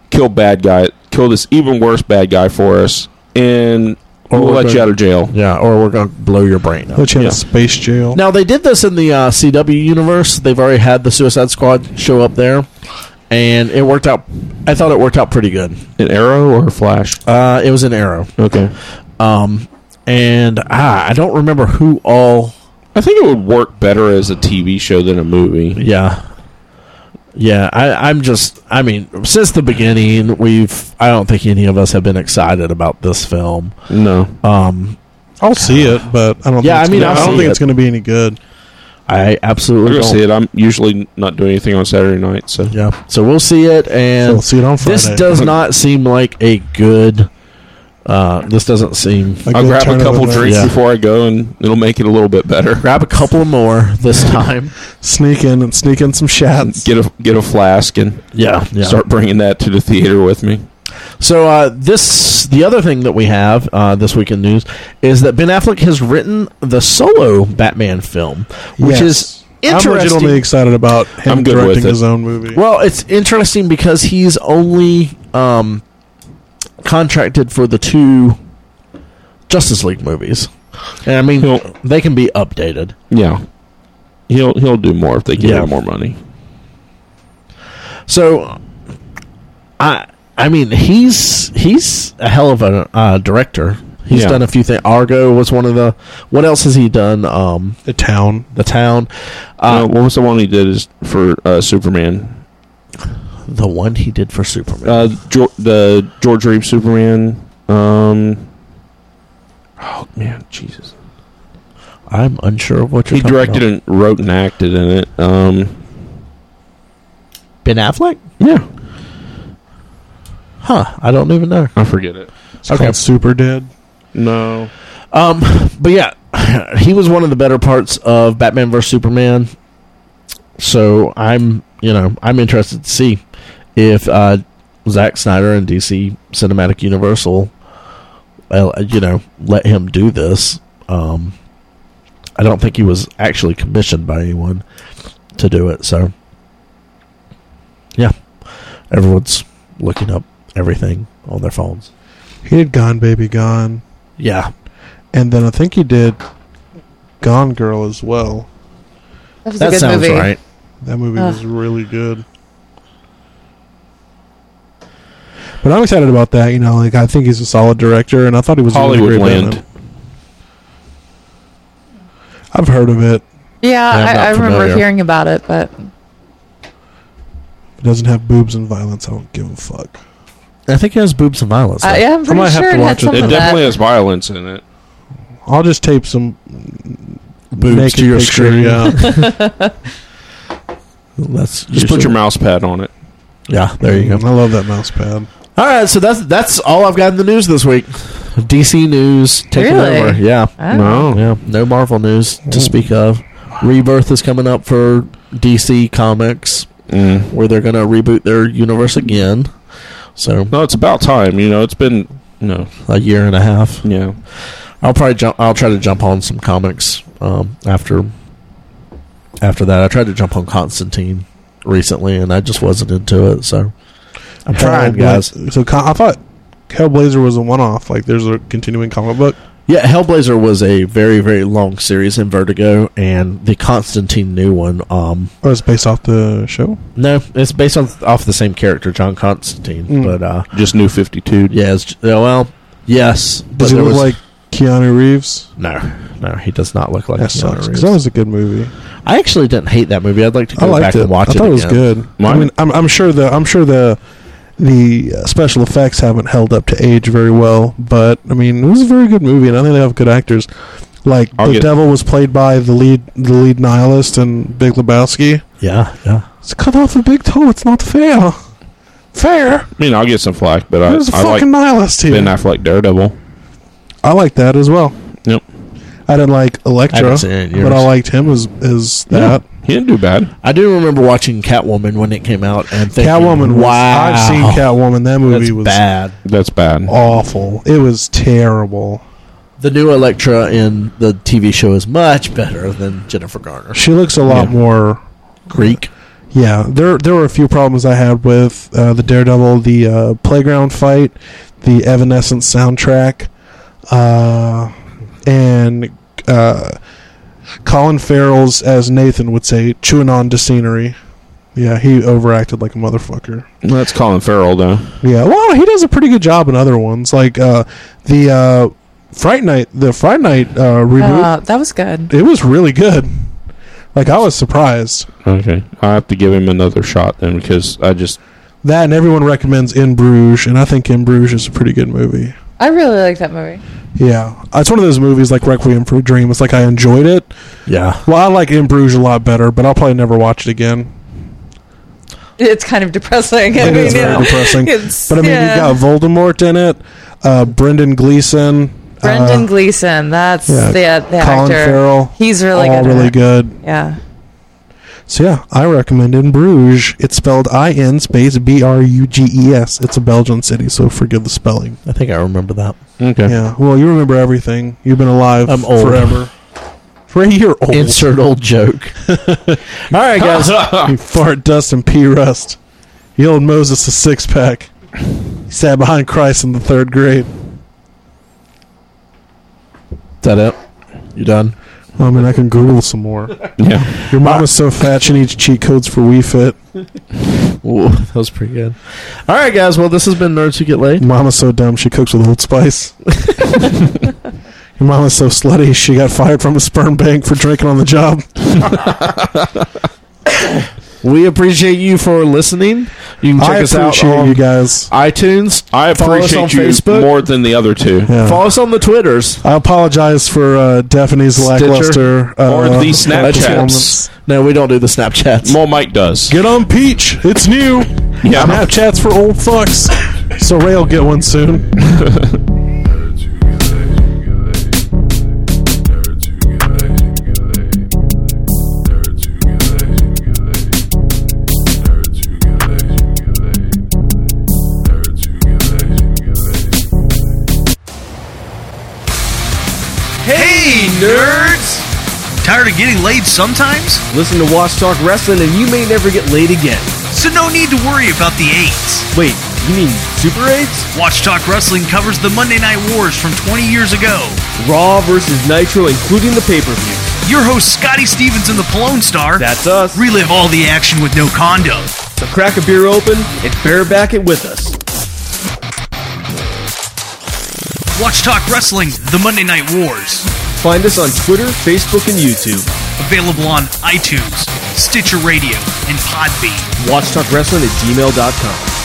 B: kill bad guy, kill this even worse bad guy for us, and
C: Or
B: we'll
C: we're
B: let you
C: gonna-
B: out of jail."
C: Yeah, or we're gonna blow your brain out.
A: Let you have
B: yeah.
A: a space jail.
C: Now they did this in the uh, CW universe. They've already had the Suicide Squad show up there, and it worked out. I thought it worked out pretty good.
B: An arrow or a flash?
C: Uh, it was an Arrow,
B: Okay.
C: um, and ah, I don't remember who all.
B: I think it would work better as a TV show than a movie.
C: Yeah, yeah. I, I'm just. I mean, since the beginning, we've. I don't think any of us have been excited about this film.
B: No.
C: Um,
A: I'll see it, but I don't.
C: Yeah,
A: think
C: I mean,
A: it's,
C: I'll
A: I don't
C: see
A: think
C: it.
A: it's going to be any good.
C: I
B: We're
C: absolutely
B: going to
C: don't.
B: see it. I'm usually not doing anything on Saturday night, so.
C: Yeah. So we'll see it,
A: So
C: and
A: we'll see it on Friday.
C: This does not seem like a good Uh, this doesn't seem.
B: I'll
A: Good
B: grab
A: turn
B: a
A: of
B: couple
A: events.
B: drinks
C: Yeah.
B: before I go, and it'll make it a little bit better.
C: Grab a couple more this time.
A: Sneak in and sneak in some shots.
B: Get a get a flask and
C: Yeah, yeah.
B: start bringing that to the theater with me.
C: So uh, this, the other thing that we have uh, this week in news is that Ben Affleck has written the solo Batman film, which is
A: I'm legitimately
C: interesting.
A: excited about him
B: I'm good
A: directing
B: with it.
A: his own movie.
C: Well, it's interesting because he's only um, contracted for the two Justice League movies, and I mean
B: He'll-
C: they can be updated.
B: Yeah, he'll he'll do more if they give
C: Yeah.
B: him more money.
C: So, I I mean he's he's a hell of a uh, director. He's
B: Yeah.
C: done a few things. Argo was one of the. What else has he done? Um,
A: the town.
C: the town.
B: Uh,
C: Uh,
B: what was the one he did is for uh, Superman?
C: the one he did for Superman.
B: Uh, Geor the George Reeves Superman. Um, oh man, Jesus!
C: I'm unsure of what you're
B: He
C: talking
B: directed
C: about.
B: and wrote and acted in it. Um,
C: Ben Affleck?
B: yeah,
C: Huh. I don't even know.
B: I forget it.
A: It's
C: Okay.
A: called Super Dead.
B: No,
C: Um, but yeah, he was one of the better parts of Batman vs Superman. So I'm, you know, I'm interested to see if uh, Zack Snyder and DC Cinematic Universal, uh, you know, let him do this. Um, I don't think he was actually commissioned by anyone to do it. So, yeah, everyone's looking up everything on their phones.
A: He did Gone Baby Gone,
C: Yeah,
A: and then I think he did Gone Girl as well.
D: That was
C: that
D: a good
C: sounds
D: movie.
C: right.
A: That movie
D: Ugh.
A: was really good. But I'm excited about that. You know, like I think he's a solid director, and I thought he was
B: Hollywood
A: really great
B: Land.
A: Batman. I've heard of it.
D: Yeah,
C: I'm not
D: I, I remember
C: familiar.
D: hearing about it, but uh,
A: It doesn't have boobs and violence. I don't give a fuck.
C: I think it has boobs and violence.
D: I, Uh, yeah, I'm pretty
A: might have
D: sure
A: to
D: it had
A: watch it.
D: some
B: it
D: of
B: definitely
D: that.
B: has violence in it.
A: I'll just tape some
C: boobs
A: naked
C: to your
A: picture,
C: screen.
A: Yeah.
C: That's
B: Just put your mouse pad on it.
C: yeah. There you go.
A: I love that mouse pad.
C: All right, so that's that's all I've got in the news this week. DC news taking
D: Really?
C: over. Yeah,
D: Ah.
B: No.
C: yeah. No Oh. Marvel news to speak of. Rebirth is coming up for DC Comics,
B: Mm.
C: where they're going to reboot their universe again. So
B: No, it's about time. You know, it's been no.
C: a year and a half.
B: Yeah,
C: I'll probably jump. I'll try to jump on some comics um, after after that. I tried to jump on Constantine recently, and I just wasn't into it. So I'm trying,
A: Hellbla-
C: guys.
A: So Con- I thought Hellblazer was a one-off. Like there's a continuing comic book.
C: Yeah, Hellblazer was a very, very long series in Vertigo, and the Constantine new one. Um,
A: Oh, it's based off the show.
C: no, it's based on off the same character, John Constantine.
A: Mm.
C: But uh,
B: just new Fifty Two.
C: yeah, it's, yeah, well, yes. but
A: Does he
C: there
A: look
C: was-
A: like Keanu Reeves?
C: No, no, he does not look like
A: That
C: Keanu
A: sucks. 'cause
C: Reeves.
A: that was a good movie.
C: I actually didn't hate that movie. I'd like to
A: I
C: go back
A: liked it.
C: and watch
A: I
C: it.
A: thought it, was
C: again.
A: good. I
B: Mine-
A: mean, I'm, I'm sure the I'm sure the the uh, special effects haven't held up to age very well, but I mean, it was a very good movie, and I think they have good actors. Like
B: I'll
A: the
B: get-
A: devil was played by the lead the lead nihilist and Big Lebowski.
C: Yeah, yeah.
A: It's cut off a big toe. It's not fair. Fair.
B: I mean, I'll get some flack, but I,
A: There's a
B: I like
A: fucking nihilist here.
B: Ben Affleck Daredevil.
A: I like that as well.
B: Yep.
A: I didn't like
C: I haven't
A: Elektra,
C: seen it in
A: but I
C: years.
A: liked him as as that.
B: He didn't do bad.
C: I do remember watching Catwoman when it came out, and thinking,
A: Catwoman. Was,
C: Wow,
A: I've seen Catwoman. That movie
C: That's
A: was
C: bad.
B: That's bad.
C: Oh.
A: awful. It was terrible.
C: The new Electra in the TV show is much better than Jennifer Garner.
A: She looks a lot
B: Yeah.
A: more.
C: Greek.
A: Yeah, there there were a few problems I had with uh, the Daredevil, the uh, playground fight, the Evanescence soundtrack, uh, and uh, Colin Farrell's as Nathan would say, chewing on to scenery. Yeah, he overacted like a motherfucker.
B: That's Colin Farrell, though.
A: Yeah, well, he does a pretty good job in other ones, like uh, the uh, Fright Night, the Fright Night uh, reboot.
D: Uh, that was good.
A: it was really good. Like I was surprised
B: Okay, I have to give him another shot then because I just
A: that, and everyone recommends In Bruges, and I think In Bruges is a pretty good movie.
D: I really liked that movie.
A: Yeah, Uh, it's one of those movies like Requiem for a Dream. It's like I enjoyed it.
C: Yeah.
A: Well, I like In Bruges a lot better, but I'll probably never watch it again.
D: It's kind of depressing. I
A: It
D: mean,
A: is very
D: yeah.
A: depressing.
D: It's-
A: But I mean,
D: yeah.
A: you got Voldemort in it. Uh, Brendan Gleeson.
D: Brendan
A: uh,
D: Gleeson. That's
A: yeah,
D: the, the
A: Colin
D: actor.
A: Farrell.
D: He's really
A: all
D: good. in
A: really
D: it.
A: good.
D: Yeah.
A: So yeah, I recommend In Bruges. It's spelled I N space B R U G E S. It's a Belgian city, so forgive the spelling.
C: I think I remember that.
B: Okay.
A: Yeah. Well, you remember everything. You've been alive
C: I'm old.
A: forever. Ray, you're old.
C: Insert old joke. All right, guys.
A: you fart dust and pee rust. You old Moses a six pack. He sat behind Christ in the third grade.
C: that it? You done?
A: I mean, Oh, I can Google some more.
B: Yeah.
A: Your mom is so fat she needs cheat codes for WeFit.
C: Ooh, that was pretty good. All right, guys. Well, this has been Nerds Who Get Laid.
A: Mama's so dumb she cooks with Old Spice. Your mama's so slutty she got fired from a sperm bank for drinking on the job.
C: We appreciate you for listening. You can check
A: I
C: us out
A: appreciate
C: on
A: you guys.
C: iTunes.
B: I
C: Follow us on
B: appreciate you
C: Facebook.
B: more than the other two.
A: Yeah.
C: Follow us on the Twitters.
A: I apologize for uh, Daphne's
C: Stitcher.
A: lackluster uh,
B: Or the Snapchats.
A: performance.
C: No, we don't do the Snapchats.
B: Well, Mike does.
A: Get on Peach. It's new.
B: Yeah.
A: Snapchats for old fucks. So Ray'll get one soon.
G: Nerds who get laid, who get laid. Nerds who get laid, who get laid. Nerds who get laid, who get laid. Nerds who get laid, who get laid. Nerds who get laid, who get laid.
H: Hey, nerds! Tired of getting laid sometimes?
C: Listen to Watch Talk Wrestling, and you may never get laid again.
H: So no need to worry about the AIDS.
C: Wait, you mean Super AIDS?
H: Watch Talk Wrestling covers the Monday Night Wars from 20 years ago.
C: Raw versus Nitro, including the pay per view.
H: Your host Scotty Stevens and the Palone Star
C: That's us.
H: relive all the action with no condom.
C: So crack a beer open and bareback it with us.
H: Watch Talk Wrestling, the Monday Night Wars.
C: Find us on Twitter, Facebook, and YouTube.
H: Available on iTunes, Stitcher Radio, and Podbean.
C: WatchTalkWrestling at gmail.com.